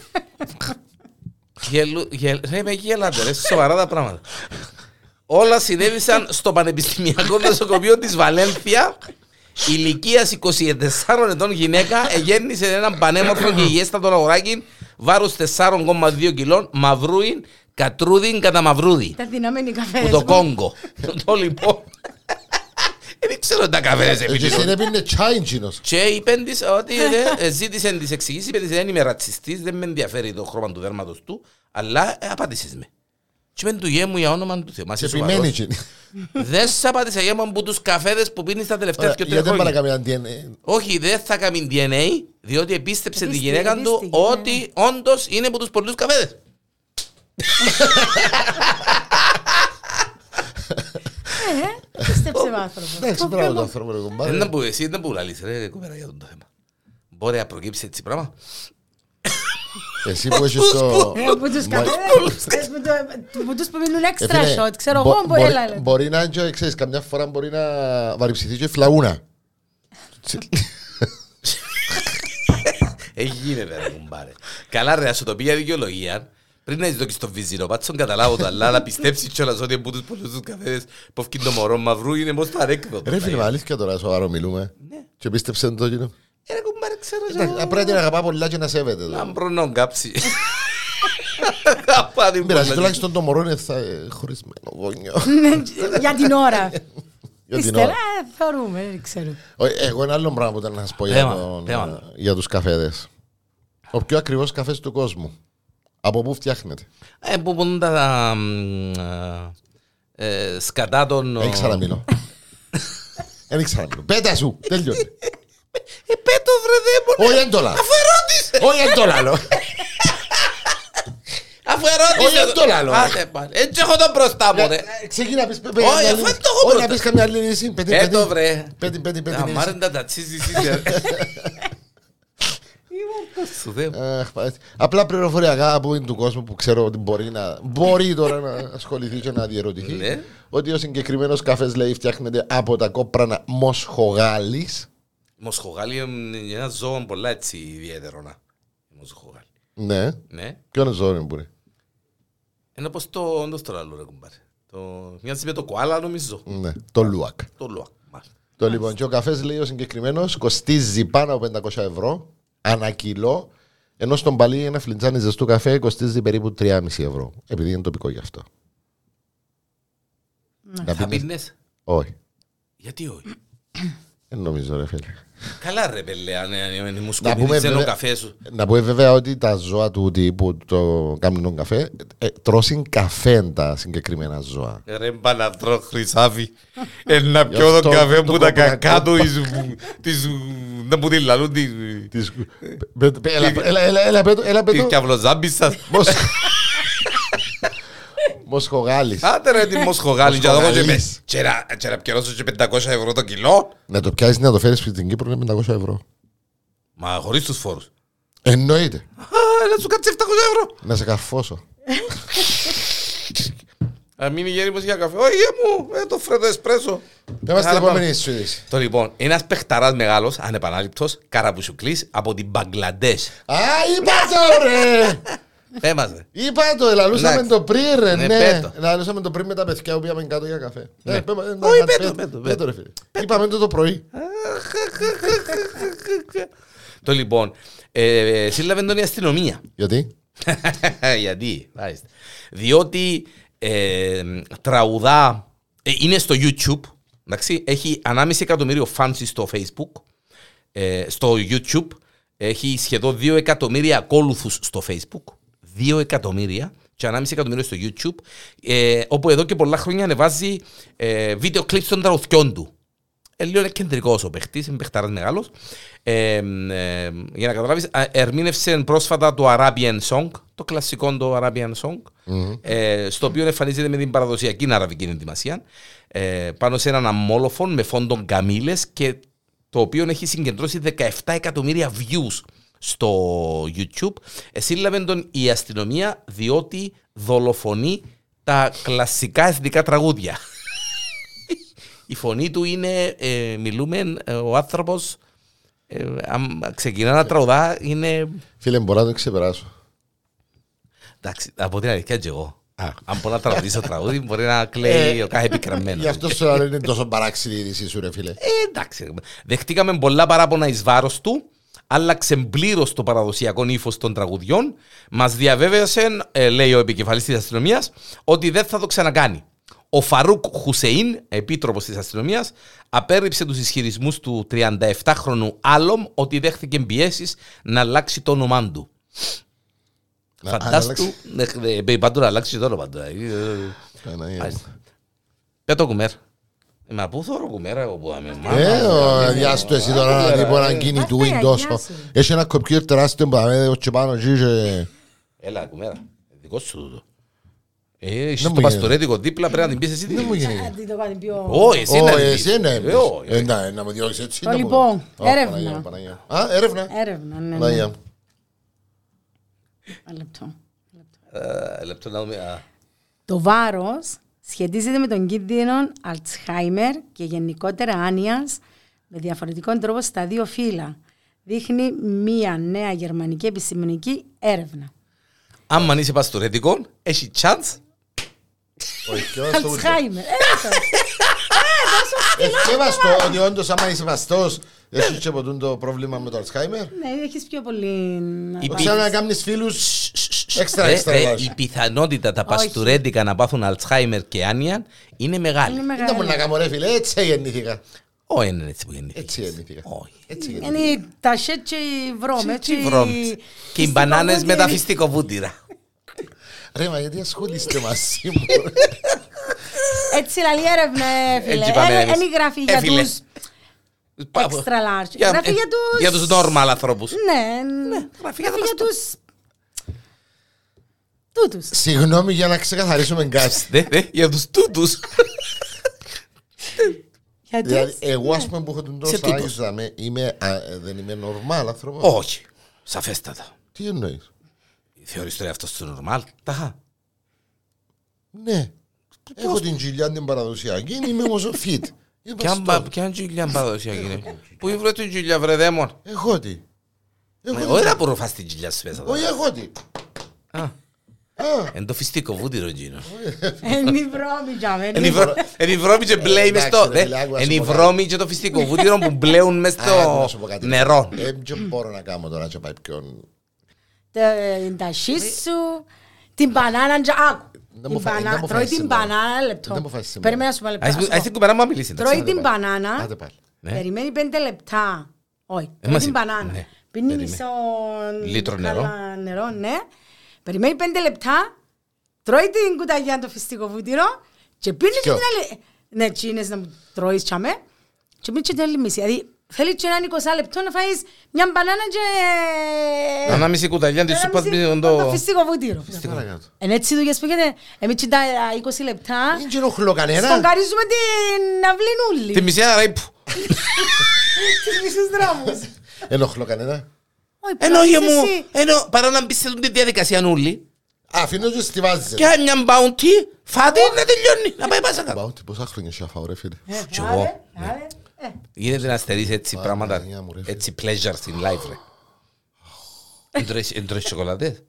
Speaker 3: Γελου, γελ, ρε με γελάτε ρε, σοβαρά τα πράγματα. Όλα συνέβησαν στο Πανεπιστημιακό Νοσοκομείο της Βαλένθια. Ηλικίας 24 ετών γυναίκα εγέννησε έναν πανέμορφο και υγιέστατο αγοράκι βάρους 4,2 κιλών, μαυρούιν, κατρούδιν κατά μαυρούδι.
Speaker 2: Τα δυναμένοι
Speaker 3: Που
Speaker 2: καφέδες.
Speaker 3: το Κόγκο. Το λοιπόν. Δεν ξέρω τα καφέδες
Speaker 1: Ε, Και
Speaker 3: επειδή
Speaker 1: εσύ είναι πίνε τσάι εκείνος.
Speaker 3: και είπε της ότι ε, ζήτησε της εξηγήσει, είπε της δεν είμαι ρατσιστής, δεν με ενδιαφέρει το χρώμα του δέρματος του, αλλά ε, απάντησες με. Και με του γέμου για όνομα του Θεού. Μα
Speaker 1: Και
Speaker 3: είσαι
Speaker 1: επιμένει
Speaker 3: σοβαρός.
Speaker 1: εκείνη.
Speaker 3: Δεν σ' απάντησα γέμου από τους καφέδες που πίνεις τα τελευταία
Speaker 1: Ωραία,
Speaker 3: και
Speaker 1: Γιατί
Speaker 3: τρία
Speaker 1: δεν πάνε
Speaker 3: χρόνια.
Speaker 1: να κάνει ένα DNA.
Speaker 3: Όχι, δεν θα κάνει DNA, διότι επίστεψε τη
Speaker 2: Επίστηκε,
Speaker 3: γυναίκα του
Speaker 2: επίστηκε,
Speaker 3: ότι όντως είναι από τους πολλούς καφέδες.
Speaker 2: Ε, Πίστεψε με άνθρωπο.
Speaker 1: Εντάξει, μπράβο το άνθρωπο ρε
Speaker 3: Δεν
Speaker 1: κομπάρε.
Speaker 3: ήταν που εσύ, δεν που λαλείς ρε κουβέρα για αυτό το θέμα. Μπορεί να προκύψει έτσι πράγμα.
Speaker 1: Εσύ που έχεις το...
Speaker 2: Ε, Που τους
Speaker 1: Μα-
Speaker 2: καφέδες, ε, που το- που τους που μείνουν
Speaker 1: Ε,
Speaker 2: έξτρα
Speaker 1: φίλε,
Speaker 2: shot, ξέρω
Speaker 1: μπο-
Speaker 2: εγώ, μπορεί
Speaker 1: μπορεί-
Speaker 2: να λέτε.
Speaker 1: Μπορεί να είναι και, ξέρεις, καμιά φορά μπορεί να βαρυψηθεί και φλαγούνα.
Speaker 3: Ε, γίνεται ρε κουμπάρε. Καλά ρε, ας σου το πει για δικαιολογία. Πριν να ζητώ στο βυζινό, πάτσον καταλάβω το, αλλά να πιστέψεις κιόλας ότι από τους πολλούς τους καφέδες που φκεί το μωρό μαυρού είναι πως το ανέκδοτο.
Speaker 1: Ρε φίλε, μα αλήθεια τώρα σοβαρό μιλούμε. Και πίστεψε το κοινό.
Speaker 3: Ε, Ναι. ρε κουμπάρε, ξέρω
Speaker 1: Εντάξει,
Speaker 2: ε,
Speaker 3: εγώ.
Speaker 1: Πρέπει να αγαπά πολλά και να σέβεται. το.
Speaker 3: Αν προνόν κάψει. Απάντη μου.
Speaker 1: Μην πειράζει,
Speaker 3: δηλαδή.
Speaker 1: Ναι, τουλάχιστον το μωρό είναι θα- ε, χωρισμένο γόνιο.
Speaker 2: Ναι, Για την ώρα.
Speaker 1: Για την
Speaker 2: Ύστερα
Speaker 1: ώρα.
Speaker 2: ε, θεωρούμε, δεν ξέρω.
Speaker 1: Ω, Εγώ ένα άλλο πράγμα που ήταν να σας πω για,
Speaker 3: Θέμα,
Speaker 1: τον,
Speaker 3: θέμα.
Speaker 1: για τους καφέδες. Ο πιο ακριβός καφές του κόσμου. Από πού φτιάχνεται.
Speaker 3: Ε, που πούν τα... μ, α, ε, Σκατά των...
Speaker 1: Δεν ήξερα να μιλώ. Δεν ήξερα να μιλώ. Πέτα σου. Τέλειωνε.
Speaker 3: Ε, πέτω βρε δαίμονα.
Speaker 1: Όχι έντολα.
Speaker 3: Αφού ερώτησε.
Speaker 1: Όχι έντολα. λέω.
Speaker 3: αφού ερώτησε.
Speaker 1: Όχι, αυτό λαλώ.
Speaker 3: Άντε πάλι. Έτσι έχω τον μπροστά μου, ρε.
Speaker 1: Ε, Ξεκινά να πεις πέντε
Speaker 3: Όχι,
Speaker 1: πέντε
Speaker 3: αφού
Speaker 1: λύσεις.
Speaker 3: το έχω
Speaker 1: Όχι, να
Speaker 3: πρώτα.
Speaker 1: πεις καμιά άλλη λύση. Πέντε,
Speaker 3: Ε,
Speaker 1: πέντε.
Speaker 3: το βρε.
Speaker 1: Πέντε, πέντε, πέντε λύσεις.
Speaker 3: Αμάρεν τα τατσίζεις
Speaker 1: Ναι.
Speaker 3: είσαι. Σου δε.
Speaker 1: Αχ, πα- Απλά πληροφοριακά που είναι του κόσμου που ξέρω ότι μπορεί, να, μπορεί τώρα να ασχοληθεί και να διερωτηθεί.
Speaker 3: Ναι.
Speaker 1: ότι ο συγκεκριμένος καφές λέει φτιάχνεται από τα κόπρανα μοσχογάλης.
Speaker 3: Μοσχογάλι είναι ένα ζώο πολλά έτσι ιδιαίτερο να. Μοσχογάλι.
Speaker 1: Ναι.
Speaker 3: Ναι.
Speaker 1: Ποιο είναι ζώο μπορεί.
Speaker 3: Είναι όπως το όντως το άλλο ρε κουμπάρε. Το... Μοιάζει με το κοάλα νομίζω.
Speaker 1: Ναι. Το λουακ.
Speaker 3: Το λουακ. μάλιστα.
Speaker 1: Το λοιπόν, και ο καφές λέει ο συγκεκριμένος κοστίζει πάνω από 500 ευρώ ανά κιλό. Ενώ στον παλί ένα φλιτζάνι ζεστού καφέ κοστίζει περίπου 3,5 ευρώ. Επειδή είναι τοπικό γι' αυτό. Να
Speaker 3: Θα
Speaker 1: πίνεις-
Speaker 3: πίνες.
Speaker 1: Όχι.
Speaker 3: Γιατί όχι.
Speaker 1: Δεν νομίζω, ρε φίλε.
Speaker 3: Καλά ρε πέλε, αν αν- αν μου
Speaker 1: Να πούμε,
Speaker 3: σκοπίνεις ένα
Speaker 1: βέβαια-
Speaker 3: καφέ σου.
Speaker 1: Να πω ε, βέβαια ότι τα ζώα του ότι που το κάνουν τον καφέ ε, τρώσουν καφέ τα συγκεκριμένα ζώα.
Speaker 3: Ρε μπαλατρό χρυσάφι. Ε, να
Speaker 1: Γι'
Speaker 3: πιω
Speaker 1: αυτό
Speaker 3: τον καφέ
Speaker 1: το
Speaker 3: που τα
Speaker 1: κόμπρα
Speaker 3: κακά του
Speaker 1: κόμπα.
Speaker 3: εις- της... Να που τη λαλούν τη-
Speaker 1: Τις- Πε- πε- έλα, Έλα, έλα, έλα, πέτω, έλα,
Speaker 3: τη
Speaker 1: πέτω.
Speaker 3: καυλοζάμπισσα.
Speaker 1: Μοσ- Μοσχογάλης.
Speaker 3: Άντε ρε τη μοσχογάλη. Και να δω και με-
Speaker 1: Μοσχογάλης.
Speaker 3: και να- και να πιερώσω και 500 ευρώ το κιλό.
Speaker 1: Να το πιάσεις να το φέρεις στην Κύπρο είναι 500 ευρώ.
Speaker 3: Μα χωρίς τους φόρους.
Speaker 1: Εννοείται.
Speaker 3: Α, να σου κάτσει 700 ευρώ.
Speaker 1: Να σε καρφώσω.
Speaker 3: Να Ε, μείνει γέριμος για καφέ. Όχι μου, ε, το φρέτο εσπρέσο.
Speaker 1: Είμαστε
Speaker 3: Άρα
Speaker 1: στην επόμενη
Speaker 3: πάμε.
Speaker 1: σου
Speaker 3: Το λοιπόν, ένας παιχταράς μεγάλος, ανεπανάληπτος, καραπουσουκλής από την Μπαγκλαντές.
Speaker 1: Α, είπα το ρε!
Speaker 3: Έμαζε.
Speaker 1: Είπα το, ελαλούσαμε
Speaker 3: Εντάξει.
Speaker 1: το πριν ρε,
Speaker 3: Ναι,
Speaker 1: ναι.
Speaker 3: πέτω.
Speaker 1: Ελαλούσαμε το πριν με τα παιδιά που πήγαμε κάτω για καφέ. Ε,
Speaker 3: Ναι.
Speaker 1: πέμα- ε, να-
Speaker 3: Όχι,
Speaker 1: να-
Speaker 3: πέτω,
Speaker 1: πέτω,
Speaker 3: πέτω,
Speaker 1: πέτω, ρε φίλε. Είπαμε το το πρωί.
Speaker 3: Το λοιπόν, ε, σύλλαβε τον η αστυνομία.
Speaker 1: Γιατί?
Speaker 3: Γιατί, μάλιστα. Διότι ε, τραγουδά, ε, είναι στο YouTube, εντάξει, έχει 1,5 εκατομμύριο fans στο Facebook, ε, στο YouTube, έχει σχεδόν 2 εκατομμύρια ακόλουθους στο Facebook, 2 εκατομμύρια και 1,5 εκατομμύριο στο YouTube, ε, όπου εδώ και πολλά χρόνια ανεβάζει ε, βίντεο κλιπ των τραγουδιών του. Ε, λίγο είναι κεντρικός ο παίχτης, είναι παιχταράς μεγάλος. Ε, ε, για να καταλάβεις, ερμήνευσε πρόσφατα το Arabian Song, το κλασικό το Arabian Song, ε, στο οποίο εμφανίζεται με την παραδοσιακή αραβική ενδυμασία, ε, πάνω σε έναν αμόλοφον με φόντον καμίλε και το οποίο έχει συγκεντρώσει 17 εκατομμύρια views στο YouTube. Εσύλλαβε τον η αστυνομία διότι δολοφονεί τα κλασικά εθνικά τραγούδια. Η φωνή του είναι, ε, μιλούμε, ε, ο άνθρωπος. Ε, αν ξεκινά να τραγουδά, είναι.
Speaker 1: Φίλε, μπορώ να το ξεπεράσω.
Speaker 3: Εντάξει, από την αλήθεια και εγώ. Αν μπορώ να τραγουδήσω τραγούδι, μπορεί να κλαίει ο κάθε επικραμμένος.
Speaker 1: Γι' αυτό σου λέω είναι τόσο παράξενη η είδηση σου, ρε φίλε.
Speaker 3: Ε, εντάξει. Δεχτήκαμε πολλά παράπονα εις βάρος του. Άλλαξε πλήρως το παραδοσιακό ύφος των τραγουδιών. Μας διαβέβαιασε, ε, λέει ο επικεφαλής της αστυνομίας, ότι δεν θα το ξανακάνει. Ο Φαρούκ Χουσεϊν, επίτροπος της αστυνομίας, απέρριψε τους ισχυρισμούς του 37χρονου Άλομ ότι δέχθηκε πιέσεις να αλλάξει το όνομά του.
Speaker 1: Να-
Speaker 3: Φαντάστου.
Speaker 1: άλλαξε.
Speaker 3: ε, ε, ε, Παντού να αλλάξει το όνομα του. ε, ε,
Speaker 1: Παναγία μου.
Speaker 3: Μάλιστα. Πε το κουμέρ. Ε, Μα πού θωρώ κουμέρα εγώ που είμαι. μάνα.
Speaker 1: Ε, ο διάστο εσύ τώρα να τύπω έναν κινητού είναι
Speaker 2: Αυτά,
Speaker 1: τόσο.
Speaker 2: γεια σου.
Speaker 1: Έχει ένα κομπιούτερ τεράστιο που θα με δώσει πάνω εκεί και...
Speaker 3: Έλα κουμέρα. Δικό σου τούτο. Ε,
Speaker 1: Δεν
Speaker 3: Έχεις
Speaker 1: μου
Speaker 3: το
Speaker 1: γίνεται.
Speaker 3: παστορέτικο δίπλα πρέπει να την πεις εσύ. τι
Speaker 1: Δεν μου
Speaker 3: είναι.
Speaker 1: γίνεται.
Speaker 2: Αντί το κάνει πιο...
Speaker 3: Ω, εσύ
Speaker 1: Ε. Ω,
Speaker 3: να την πεις.
Speaker 1: εσύ ναι.
Speaker 3: Ε, ω, ε,
Speaker 1: Ε, να- Να μου διώξεις έτσι.
Speaker 2: Το
Speaker 1: να μου-
Speaker 2: λοιπόν,
Speaker 1: Ω, Παναγία μου,
Speaker 2: έρευνα.
Speaker 1: Παναγία μου. Α, έρευνα.
Speaker 2: Έρευνα, ναι, ναι.
Speaker 1: Παναγία μου.
Speaker 2: Ένα λεπτό.
Speaker 3: ε, Λεπτό να δούμε. α.
Speaker 2: Το βάρος σχετίζεται με τον κίνδυνο Αλτσχάιμερ και γενικότερα άνοιας με διαφορετικό τρόπο στα δύο φύλλα. Δείχνει μία νέα γερμανική επιστημονική έρευνα.
Speaker 3: Άμα αν είσαι παστορέτικο, έχει chance.
Speaker 1: Όχι, ποιος το ούτε.
Speaker 2: Αλτσχάιμερ. έτσι.
Speaker 1: Είσαι βαστό, ότι όντως άμα είσαι βαστός, έχεις και ποτούν το πρόβλημα με το Alzheimer.
Speaker 2: Ναι, έχεις πιο πολύ... να
Speaker 3: Η
Speaker 2: πάρεις.
Speaker 1: Ξέρω να κάνεις φίλους έξτρα,
Speaker 3: Ρε,
Speaker 1: έξτρα.
Speaker 3: ρε,
Speaker 1: βάζω.
Speaker 3: Ε, Η πιθανότητα τα παστορέτικα να πάθουν Αλτσχάιμερ και άνοια είναι
Speaker 2: Είναι
Speaker 3: μεγάλη.
Speaker 1: Δεν τα
Speaker 2: μεγάλη.
Speaker 1: μπορεί να κάνω ρε φίλε, έτσι γεννήθηκα.
Speaker 3: Όχι, είναι έτσι που γεννήθηκες.
Speaker 1: Έτσι γεννήθηκα.
Speaker 3: Όχι.
Speaker 1: Έτσι γεννήθηκα.
Speaker 2: Είναι οι τασέτ και οι βρώμ, έτσι.
Speaker 3: Έτσι βρώμης. Και οι μπανάνες με τα
Speaker 2: φυστικοβούτυρα.
Speaker 3: φιστικοβούτυρα.
Speaker 1: Ρε, μα γιατί ασχολείστε μαζί μου.
Speaker 2: Έτσι λαλεί έρευνα, φίλε.
Speaker 3: Έτσι πάμε
Speaker 2: Ε,
Speaker 3: εμείς.
Speaker 2: ε, Είναι γράφει
Speaker 3: Ε,
Speaker 2: για
Speaker 3: φίλε.
Speaker 2: τους... Extra large. Γράφει για τους-
Speaker 3: Για τους normal ανθρώπους.
Speaker 2: Ναι, ναι.
Speaker 3: γράφει για τα
Speaker 2: Γράφει για τους... Τούτους.
Speaker 1: Συγγνώμη για να ξεκαθαρίσουμε κάτι.
Speaker 3: Δε, δε, για τους τούτους.
Speaker 2: Γιατί
Speaker 1: Δηλαδή,
Speaker 2: έτσι,
Speaker 1: εγώ, ας πούμε, που έχω τον τόσο
Speaker 3: Σε τύπος.
Speaker 1: άγιο δαμέ, είμαι, α, ε, δεν είμαι normal άνθρωπος.
Speaker 3: Όχι. Σαφέστατα.
Speaker 1: Τι εννοείς.
Speaker 3: Θεωρείς τώρα αυτός το νορμάλ. Ταχά.
Speaker 1: Ναι. Έχω την κοιλιά την παραδοσιακή, είμαι όμω fit. Είπα
Speaker 3: Κι αν
Speaker 1: στο.
Speaker 3: πα- κι αν Τζουλιά παραδοσιακή είναι. Πού βρε την Τζουλιά βρε δαίμον.
Speaker 1: Έχω τη. Έχω
Speaker 3: Ε,
Speaker 1: τη.
Speaker 3: Όχι να προφάς την Τζουλιά σου μέσα.
Speaker 1: Όχι, έχω τη.
Speaker 3: Α.
Speaker 1: Α,
Speaker 3: Εν το φυστικό βούτυρο Τζίνο.
Speaker 2: Εν η βρώμη για μένα.
Speaker 3: Εν η βρω- εν η βρώμη και μπλέει μες το...
Speaker 1: Ε, εντάξει, ρε
Speaker 3: δε,
Speaker 1: φίλε, άκου να
Speaker 3: Εν
Speaker 1: σου
Speaker 3: η
Speaker 1: πω κάτι.
Speaker 3: βρώμη και το φυστικό βούτυρο που μπλέουν μες
Speaker 1: άκου
Speaker 3: στο
Speaker 1: να σου πω κάτι.
Speaker 3: νερό.
Speaker 1: Ε, Δεν μπορώ να κάνω τώρα να πάει ποιον.
Speaker 2: Τε- Την ταχύ σου, την μπανάνα. τζα- Άκου.
Speaker 1: Δεν
Speaker 2: Την
Speaker 1: μου φα-
Speaker 2: μπανάνα-
Speaker 1: δεν μου
Speaker 2: Τρώει
Speaker 1: φάει
Speaker 2: την
Speaker 1: σήμερα.
Speaker 2: μπανάνα λεπτό.
Speaker 1: Δεν μου φάει σήμερα.
Speaker 2: Περίμενα να σου πω λεπτό.
Speaker 3: Ας
Speaker 2: να σου πω.
Speaker 3: την κουμπέρα μου να μιλήσεις. εντάξει.
Speaker 2: Τρώει την μπανάνα,
Speaker 1: Άντε πάλι.
Speaker 3: Ναι.
Speaker 2: περιμένει πέντε λεπτά. Όχι,
Speaker 3: Ε, μας
Speaker 2: τρώει την
Speaker 3: είπε.
Speaker 2: μπανάνα.
Speaker 3: Ναι.
Speaker 2: Πίνεις
Speaker 3: Περίμενε.
Speaker 2: μισό
Speaker 3: Λίτρο
Speaker 2: μπουκάλα
Speaker 3: νερό.
Speaker 2: νερό, ναι. Περιμένει πέντε λεπτά, τρώει την κουταγιά το φυστικό βούτυρο και πίνει και την
Speaker 1: Ποιο?
Speaker 2: άλλη. Ναι, τσίνες να μου τρώεις τσάμε και πίνει και την άλλη μισή. Δηλαδή θέλεις και έναν 20 λεπτό να φάεις μια μπανάνα και...
Speaker 3: Ανά μισή κουταλιά της
Speaker 2: ένα
Speaker 3: σούπας
Speaker 2: μισή-
Speaker 3: με το...
Speaker 2: φυστικό βούτυρο.
Speaker 3: Ε,
Speaker 1: Για Ε, παρακάτω.
Speaker 2: Εν έτσι δουλειές που γίνεται, εμείς και τα 20 λεπτά,
Speaker 1: Δεν ενοχλώ κανένα.
Speaker 2: σκογκαρίζουμε την αυλινούλη.
Speaker 3: Τη μισή άρα ύπου.
Speaker 2: Τις μισούς δράμους.
Speaker 1: Ενοχλώ κανένα.
Speaker 2: Όχι,
Speaker 3: Ενώ
Speaker 2: πλάσεις
Speaker 3: για Ε, μου,
Speaker 2: εσύ.
Speaker 3: ενώ παρά να μπεις σε αυτή τη διαδικασία νουλή
Speaker 1: Αφήνω και στη βάζεις.
Speaker 3: και αν μια μπαουντι, φάτε να τελειώνει, να πάει πάσα κάτω.
Speaker 1: Πάω τι πόσα χρόνια σε αφάω ρε φίλε.
Speaker 3: Ε, Κι
Speaker 2: Άρε,
Speaker 3: εγώ. Ναι.
Speaker 2: άρε, ε.
Speaker 3: Γίνεται να στερείς έτσι
Speaker 1: Μα,
Speaker 3: πράγματα,
Speaker 1: Παναγία μου, ρε, φίλε.
Speaker 3: έτσι pleasure στην life ρε. Εν τρώεις- Εν τρώεις σοκολατές.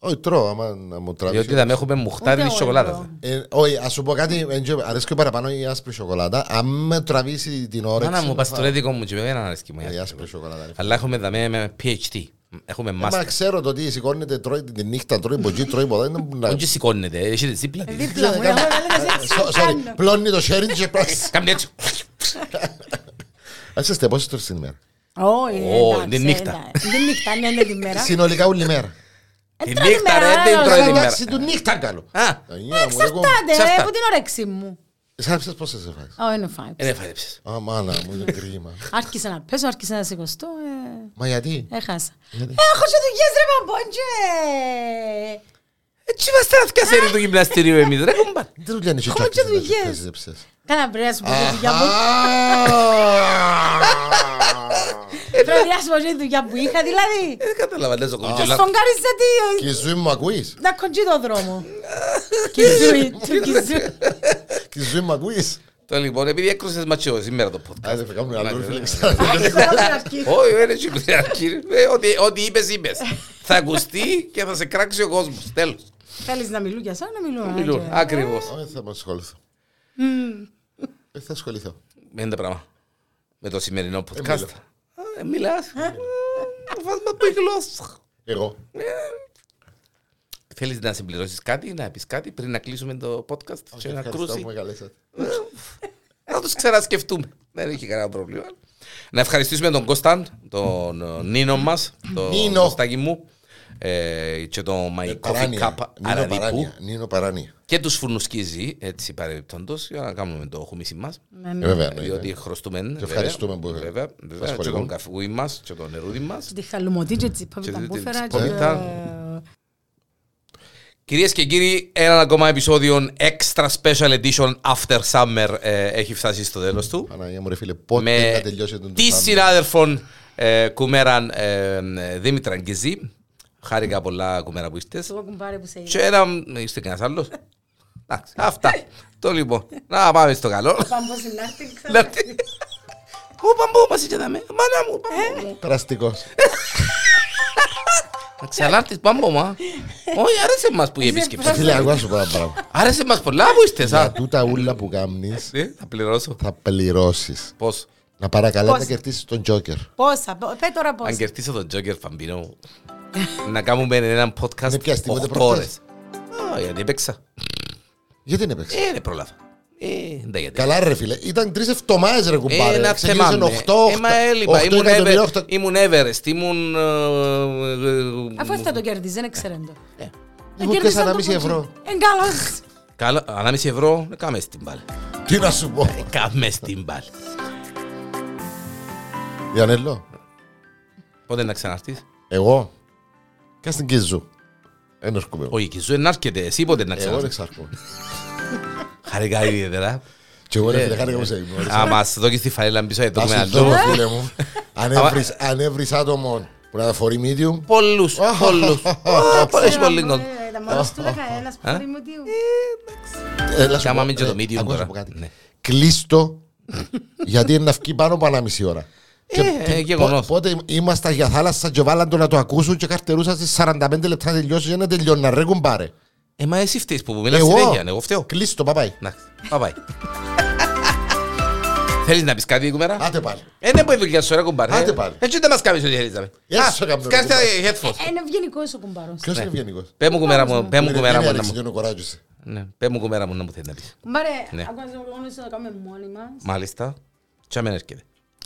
Speaker 1: Όχι τρώω άμα να μου
Speaker 3: Διότι
Speaker 1: τραβήξω.
Speaker 3: θα με έχουμε μουχτάρινη
Speaker 2: Ούτε εγώ
Speaker 3: σοκολάτα.
Speaker 2: τρώω.
Speaker 1: Ε, Όχι, ας σου πω κάτι, εν τζε- αρέσκει παραπάνω η άσπρη σοκολάτα. Αν με τραβήσει την όρεξη.
Speaker 3: Μάνα μου,
Speaker 1: να
Speaker 3: πας
Speaker 1: φάω.
Speaker 3: το ρέδικο μου και με έναν αρέσκει μου.
Speaker 1: Ε, Η
Speaker 3: ε.
Speaker 1: άσπρη σοκολάτα. ρε.
Speaker 3: Αλλά έχουμε δαμέ με PhD. Έχουμε
Speaker 1: Ε, Μα
Speaker 3: master.
Speaker 1: ξέρω το τι σηκώνεται, τρώει την νύχτα, τρώει μποτζή, τρώει ποτέ. δεν μπορεί να-
Speaker 3: Όχι και σηκώνεται, έχει τη δίπλα
Speaker 2: Ε,
Speaker 3: της.
Speaker 2: Δίπλα μου, εγώ να λέγες
Speaker 1: Ε,
Speaker 2: έτσι,
Speaker 1: so- sorry,
Speaker 2: κάνω.
Speaker 1: Πλώνει το χέρι και πας.
Speaker 3: Κάνει έτσι.
Speaker 1: Ε, Ας είστε πόσες τώρα στην ημέρα.
Speaker 2: Όχι,
Speaker 3: Ω, ε,
Speaker 2: εντάξει,
Speaker 3: είναι νύχτα.
Speaker 2: εντάξει. Είναι νύχτα, ναι, είναι τη μέρα.
Speaker 1: Συνολικά όλη μέρα.
Speaker 2: Ε,
Speaker 3: Τη
Speaker 2: τρώει
Speaker 3: νύχτα, ρε,
Speaker 2: μέρα,
Speaker 3: δεν
Speaker 2: ε,
Speaker 3: τρώει τη
Speaker 2: ε,
Speaker 3: μέρα.
Speaker 1: Εντάξει, του νύχτα καλό. Ε,
Speaker 3: Α,
Speaker 2: Εξαρτάται
Speaker 3: Εξαρτάται.
Speaker 2: ε, από την όρεξή μου.
Speaker 1: Σάψες πόσες έφαγες.
Speaker 2: Ω, είναι φάει.
Speaker 3: ε, δεν φάιδεψες.
Speaker 1: Α, μάνα μου, είναι κρίμα.
Speaker 2: Άρχισα να πέσω, άρχισα να σηκωστώ. ε,
Speaker 1: Μα γιατί.
Speaker 2: Έχασα. Ε, Έχω και δουλειές ρε παμπόντζε.
Speaker 3: Έτσι είμαστε να
Speaker 2: Ε.
Speaker 3: θυκασέρι του γυμναστηρίου εμείς, ρε κουμπάρ.
Speaker 1: Τι δουλειά είναι η
Speaker 2: Έχω και
Speaker 1: τσιτσάκης,
Speaker 2: δουλειές.
Speaker 1: δεν έχεις ζέψες.
Speaker 2: Κάνα πρέπει να σου πω τη δουλειά μου.
Speaker 1: Αχα!
Speaker 2: Πρέπει να σου πω τη δουλειά που είχα, δηλαδή.
Speaker 3: Ε, Δεν κατάλαβα, λες ο
Speaker 2: Και
Speaker 3: κομπιτζολάκος.
Speaker 2: σφογγάρισε τη...
Speaker 1: Και η ζωή μου ακούεις.
Speaker 2: Να κοντζεί το δρόμο. Κιζούι, του κιζούι.
Speaker 1: Και η ζωή μου ακούεις.
Speaker 3: Τώρα λοιπόν, επειδή έκρουσες ματσιός σήμερα το podcast.
Speaker 1: Άντε, θα κάνουμε
Speaker 3: Να-
Speaker 1: άλλο, φίλε,
Speaker 3: να-
Speaker 1: ξανά.
Speaker 3: Ναι. Όχι, δεν έχει κλειδιά, κύριε. Ε, ό,τι- Ό,τι είπες, είπες. Θα ακουστεί και θα σε κράξει ο κόσμος. Τέλος.
Speaker 2: Θέλεις να μιλούν για σένα, να μιλούν.
Speaker 3: Μιλούν.
Speaker 2: άντια.
Speaker 3: Ακριβώς.
Speaker 1: Όχι, Ε, θα με ασχοληθώ. Δεν θα ασχοληθώ.
Speaker 3: Με είναι τα πράγμα. Με το σημερινό
Speaker 1: μιλώ.
Speaker 3: podcast. Α, ε, Μιλάς. Ε, Φάσμα του η γλώσσα.
Speaker 1: Εγώ.
Speaker 3: Θέλεις να συμπληρώσεις κάτι, να πεις κάτι πριν να κλείσουμε το podcast και να
Speaker 1: Ευχαριστώ
Speaker 3: κρούσει.
Speaker 1: που με καλέσατε.
Speaker 3: Να τους ξανασκεφτούμε. Δεν έχει κανένα πρόβλημα. Να ευχαριστήσουμε τον Κώσταν, τον ε, Νίνο μας, τον
Speaker 1: Νίνο.
Speaker 3: Κωστάκη μου ε, και τον My Coffee Cup
Speaker 1: Παράνοια. Νίνο
Speaker 3: Αραδίπου
Speaker 1: Παράνοια. Νίνο Παράνοια.
Speaker 3: και τους φουρνουσκίζει, έτσι παρεμπιπτόντως, για να κάνουμε το χούμισι μας.
Speaker 2: Ναι,
Speaker 1: Ε,
Speaker 2: ναι.
Speaker 1: Βέβαια. ναι,
Speaker 3: Διότι
Speaker 1: ναι.
Speaker 3: χρωστούμε. βέβαια,
Speaker 1: ευχαριστούμε που
Speaker 3: Βέβαια,
Speaker 1: μας
Speaker 3: βέβαια και
Speaker 1: χορηγούν.
Speaker 3: τον καφούι μας και τον νερούδι μας.
Speaker 2: Και Τη χαλουμωτή και τη
Speaker 3: Και
Speaker 2: παπίτα
Speaker 3: τη-
Speaker 2: μπούφερα.
Speaker 3: της παπίτα. Κυρίες και κύριοι, ένα ακόμα επεισόδιο Extra Special Edition After Summer ε, έχει φτάσει στο τέλος του.
Speaker 1: Παναγία μου ρε φίλε, πότε
Speaker 3: με
Speaker 1: να τελειώσει τον
Speaker 3: τη
Speaker 1: τουρνάμι.
Speaker 3: συνάδελφον ε, Κουμέραν ε, ε, Δήμητρα Γκυζή. Χάρηκα πολλά Κουμέρα που είστε.
Speaker 2: Εγώ κουμπάρε που σε
Speaker 3: Και ένα, είστε κανένας άλλος. Εντάξει, Αυτά. Το λοιπόν. Να πάμε στο καλό.
Speaker 2: Πάμε στην άρτη,
Speaker 3: Να-
Speaker 2: ξέρω.
Speaker 3: Ω παμπού μας είχε δάμε. Μάνα μου
Speaker 1: Ε.
Speaker 3: παμπού.
Speaker 1: Περαστικός.
Speaker 3: Να Ξαλάρτης παμπού μα. Όχι άρεσε μας που η επίσκεψη.
Speaker 1: Ε, Φίλε, ακούω να σου πω ένα πράγμα.
Speaker 3: Άρεσε μας πολλά που είστε.
Speaker 1: Για
Speaker 3: σα.
Speaker 1: τούτα ούλα που κάνεις
Speaker 3: Ε, Θα πληρώσω.
Speaker 1: θα πληρώσεις.
Speaker 3: Πώς.
Speaker 1: Να παρακαλάς να
Speaker 2: Πώς?
Speaker 1: κερδίσεις τον Τζόκερ.
Speaker 2: Πόσα, πο- πέ τώρα
Speaker 3: Αν
Speaker 2: πόσα.
Speaker 3: κερδίσω τον Τζόκερ Φαμπίνο μου, να κάνουμε ένα podcast
Speaker 1: Δεν πιάστηκε ούτε
Speaker 3: 8
Speaker 1: προχθές.
Speaker 3: ώρες. Α, γιατί έπαιξα.
Speaker 1: Γιατί δεν έπαιξες.
Speaker 3: Ε, δεν πρόλαβα. Ε, δεν γιατί. Ε,
Speaker 1: Καλά ρε φίλε, ήταν τρεις εβδομάδες ρε κουμπάρε.
Speaker 3: Ένα θέμα.
Speaker 1: Ξεκίνησαν 8, 8, 8
Speaker 3: Έμα Ε, έλειπα. Ήμουν
Speaker 1: εκατομμύρια,
Speaker 3: Everest.
Speaker 1: 8
Speaker 3: Ήμουν Everest. Ήμουν. ε,
Speaker 2: Αφού έφτα το κερδίζει, δεν ξέρετε. το.
Speaker 3: ε,
Speaker 2: Ε,
Speaker 1: Ήμουν
Speaker 2: κέρδισε
Speaker 1: 4,5
Speaker 2: το
Speaker 1: ευρώ.
Speaker 2: κουτζί. Ε, καλώς.
Speaker 3: Καλά, ανάμιση ευρώ, να κάμε στην πάλι.
Speaker 1: Τι να σου πω.
Speaker 3: Κάμε στην πάλι.
Speaker 1: Διανέλο,
Speaker 3: Πότε να ξαναρθείς.
Speaker 1: εγώ. Και στην Κίζου. Εν έρχομαι.
Speaker 3: Ο Ε. Οικιζού δεν έρχεται, εσύ πότε να
Speaker 1: Εγώ δεν
Speaker 3: ξέρεις.
Speaker 1: ξάρχομαι.
Speaker 3: Χαρικά ιδιαίτερα.
Speaker 1: Και εγώ ρε φίλε, χάρηκα που σε είπα.
Speaker 3: Α, μας δώκεις τη φανέλα μπίσω, ε, το
Speaker 1: Θα
Speaker 3: δούμε
Speaker 1: σου
Speaker 3: να
Speaker 1: δω,
Speaker 3: δούμε.
Speaker 1: φίλε μου. Αν έβρεις- Αν έβρεις άτομο που να φορεί medium,
Speaker 3: Πολλούς, πολλούς. Α, πολλές πολλοί
Speaker 2: Ήταν
Speaker 3: κόκκι.
Speaker 2: μόνος του λέγα
Speaker 3: Ε.
Speaker 2: ένας που μου τι.
Speaker 1: έλα σου
Speaker 3: Κάμα
Speaker 1: πω,
Speaker 3: μην και το
Speaker 1: ε,
Speaker 3: medium
Speaker 1: άκουσα
Speaker 3: τώρα.
Speaker 1: πω κάτι.
Speaker 3: Ναι.
Speaker 1: Κλείστο, γιατί είναι να βγει πάνω από ανά μισή ώρα. Και
Speaker 3: ε,
Speaker 1: πο-
Speaker 3: γεγονός.
Speaker 1: Πότε ήμασταν για θάλασσα και βάλαν το να το ακούσουν και καρτερούσαν στις 45 λεπτά να τελειώσει για να τελειώνει, να ρε κουμπάρε.
Speaker 3: Ε, μα εσύ φταίεις που μιλάς συνέχεια, ναι, εγώ φταίω. Ναι.
Speaker 1: Κλείστο, παπάει.
Speaker 3: Εντάξει, παπάει. Θέλεις να πεις κάτι κουμέρα?
Speaker 1: Άντε πάλι.
Speaker 3: Ε, ναι, που η δουλειά σου, ρε κουμπάρ.
Speaker 1: Άντε
Speaker 3: Ε,
Speaker 1: πάλι.
Speaker 3: Έτσι δεν μας κάνεις ό,τι θέλεις. να πεις.
Speaker 1: Για
Speaker 3: Ας,
Speaker 1: σου έκαμε, ρε,
Speaker 3: σκάστε
Speaker 1: κουμπάρ.
Speaker 3: headphones.
Speaker 2: Ε, Είναι ευγενικός ο κουμπάρος.
Speaker 1: Ποιος είναι ευγενικός.
Speaker 3: Πέ μου κουμέρα Ναι. Ε, μου, πέ μου
Speaker 1: Είναι-
Speaker 3: κουμέρα
Speaker 1: είναι
Speaker 3: μου να
Speaker 1: Αλέξη,
Speaker 3: μου.
Speaker 1: είναι ο Κοράτζης.
Speaker 3: Ναι, Πέ μου κουμέρα μου να μου θέλεις να πεις.
Speaker 2: Κουμπάρε,
Speaker 3: Ναι.
Speaker 2: ακούγοντας το γεγονός ότι το κάνουμε μόνοι μας.
Speaker 3: Μάλιστα. Τι αμέν έρχεται.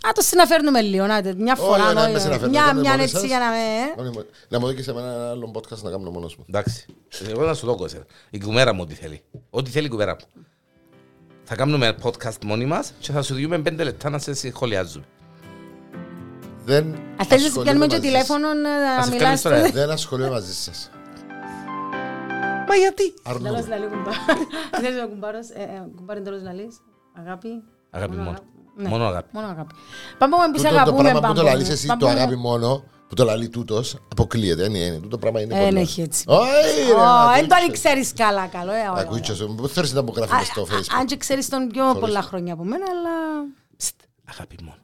Speaker 2: Α, το συναφέρνουμε λίγο, να τε, μια
Speaker 1: Όχι,
Speaker 2: φορά.
Speaker 1: να ναι, με
Speaker 2: νόημα.
Speaker 1: συναφέρετε,
Speaker 2: Ε, Μια,
Speaker 1: κάντε
Speaker 2: μια
Speaker 1: μόνοι
Speaker 2: έτσι
Speaker 1: σας.
Speaker 2: για να με... ε.
Speaker 1: Μόνοι μου. Να μου δείξεις εμένα ένα άλλο podcast να κάνω μόνος μου.
Speaker 3: Εντάξει. Εγώ να σου δω κόσερα. Η κουμέρα μου ό,τι θέλει. Ό,τι θέλει η κουμέρα μου. Θα κάνουμε ένα podcast μόνοι μας και θα σου διούμε πέντε λεπτά να σε σχολιάζουμε.
Speaker 1: Δεν
Speaker 2: Αν θέλεις να σε
Speaker 1: ασχολούμαι
Speaker 2: πιάνουμε και
Speaker 1: μαζί
Speaker 2: τηλέφωνο να
Speaker 3: σε
Speaker 2: μιλάς...
Speaker 3: πιάνουμε
Speaker 1: σας.
Speaker 3: τώρα.
Speaker 2: στο-
Speaker 1: Δεν ασχολούμαι μαζί σας.
Speaker 3: Μα γιατί.
Speaker 2: Τέλος
Speaker 1: Αρνούμε.
Speaker 2: λαλεί κουμπάρ. Ξέρεις ο κουμπάρος, ε, ε, ο κουμπάρ είναι τέλος λαλείς. Αγάπη.
Speaker 3: Αγάπη μόνο.
Speaker 2: Ναι.
Speaker 3: Μόνο αγάπη.
Speaker 2: Μόνο αγάπη. Πάμε που σε
Speaker 1: Τούτο το
Speaker 2: αγαπούμε.
Speaker 1: πράγμα που το
Speaker 2: ναι, πάμε.
Speaker 1: λαλείς εσύ,
Speaker 2: Πάμε
Speaker 1: το
Speaker 2: που-
Speaker 1: αγάπη μόνο, που το λαλεί τούτος, αποκλείεται. Είναι, είναι. Τούτο πράγμα είναι
Speaker 2: Ε,
Speaker 1: πολύ.
Speaker 2: ναι, έχει έτσι.
Speaker 1: Όχι, ρε,
Speaker 2: Ω,
Speaker 1: να
Speaker 2: Εν το άλλη
Speaker 1: ακούεις.
Speaker 2: ξέρεις καλά, καλό. ε,
Speaker 1: Να
Speaker 2: ωραία,
Speaker 1: ακούεις και
Speaker 2: ωραία.
Speaker 1: σου. Πού θέλεις να μου γράφεις μες στο
Speaker 2: Α,
Speaker 1: facebook.
Speaker 2: Αν και ξέρεις τον πιο πολλά χρόνια από μένα, αλλά...
Speaker 3: Ψτ, Αγάπη μόνο.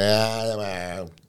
Speaker 1: Ε, μα,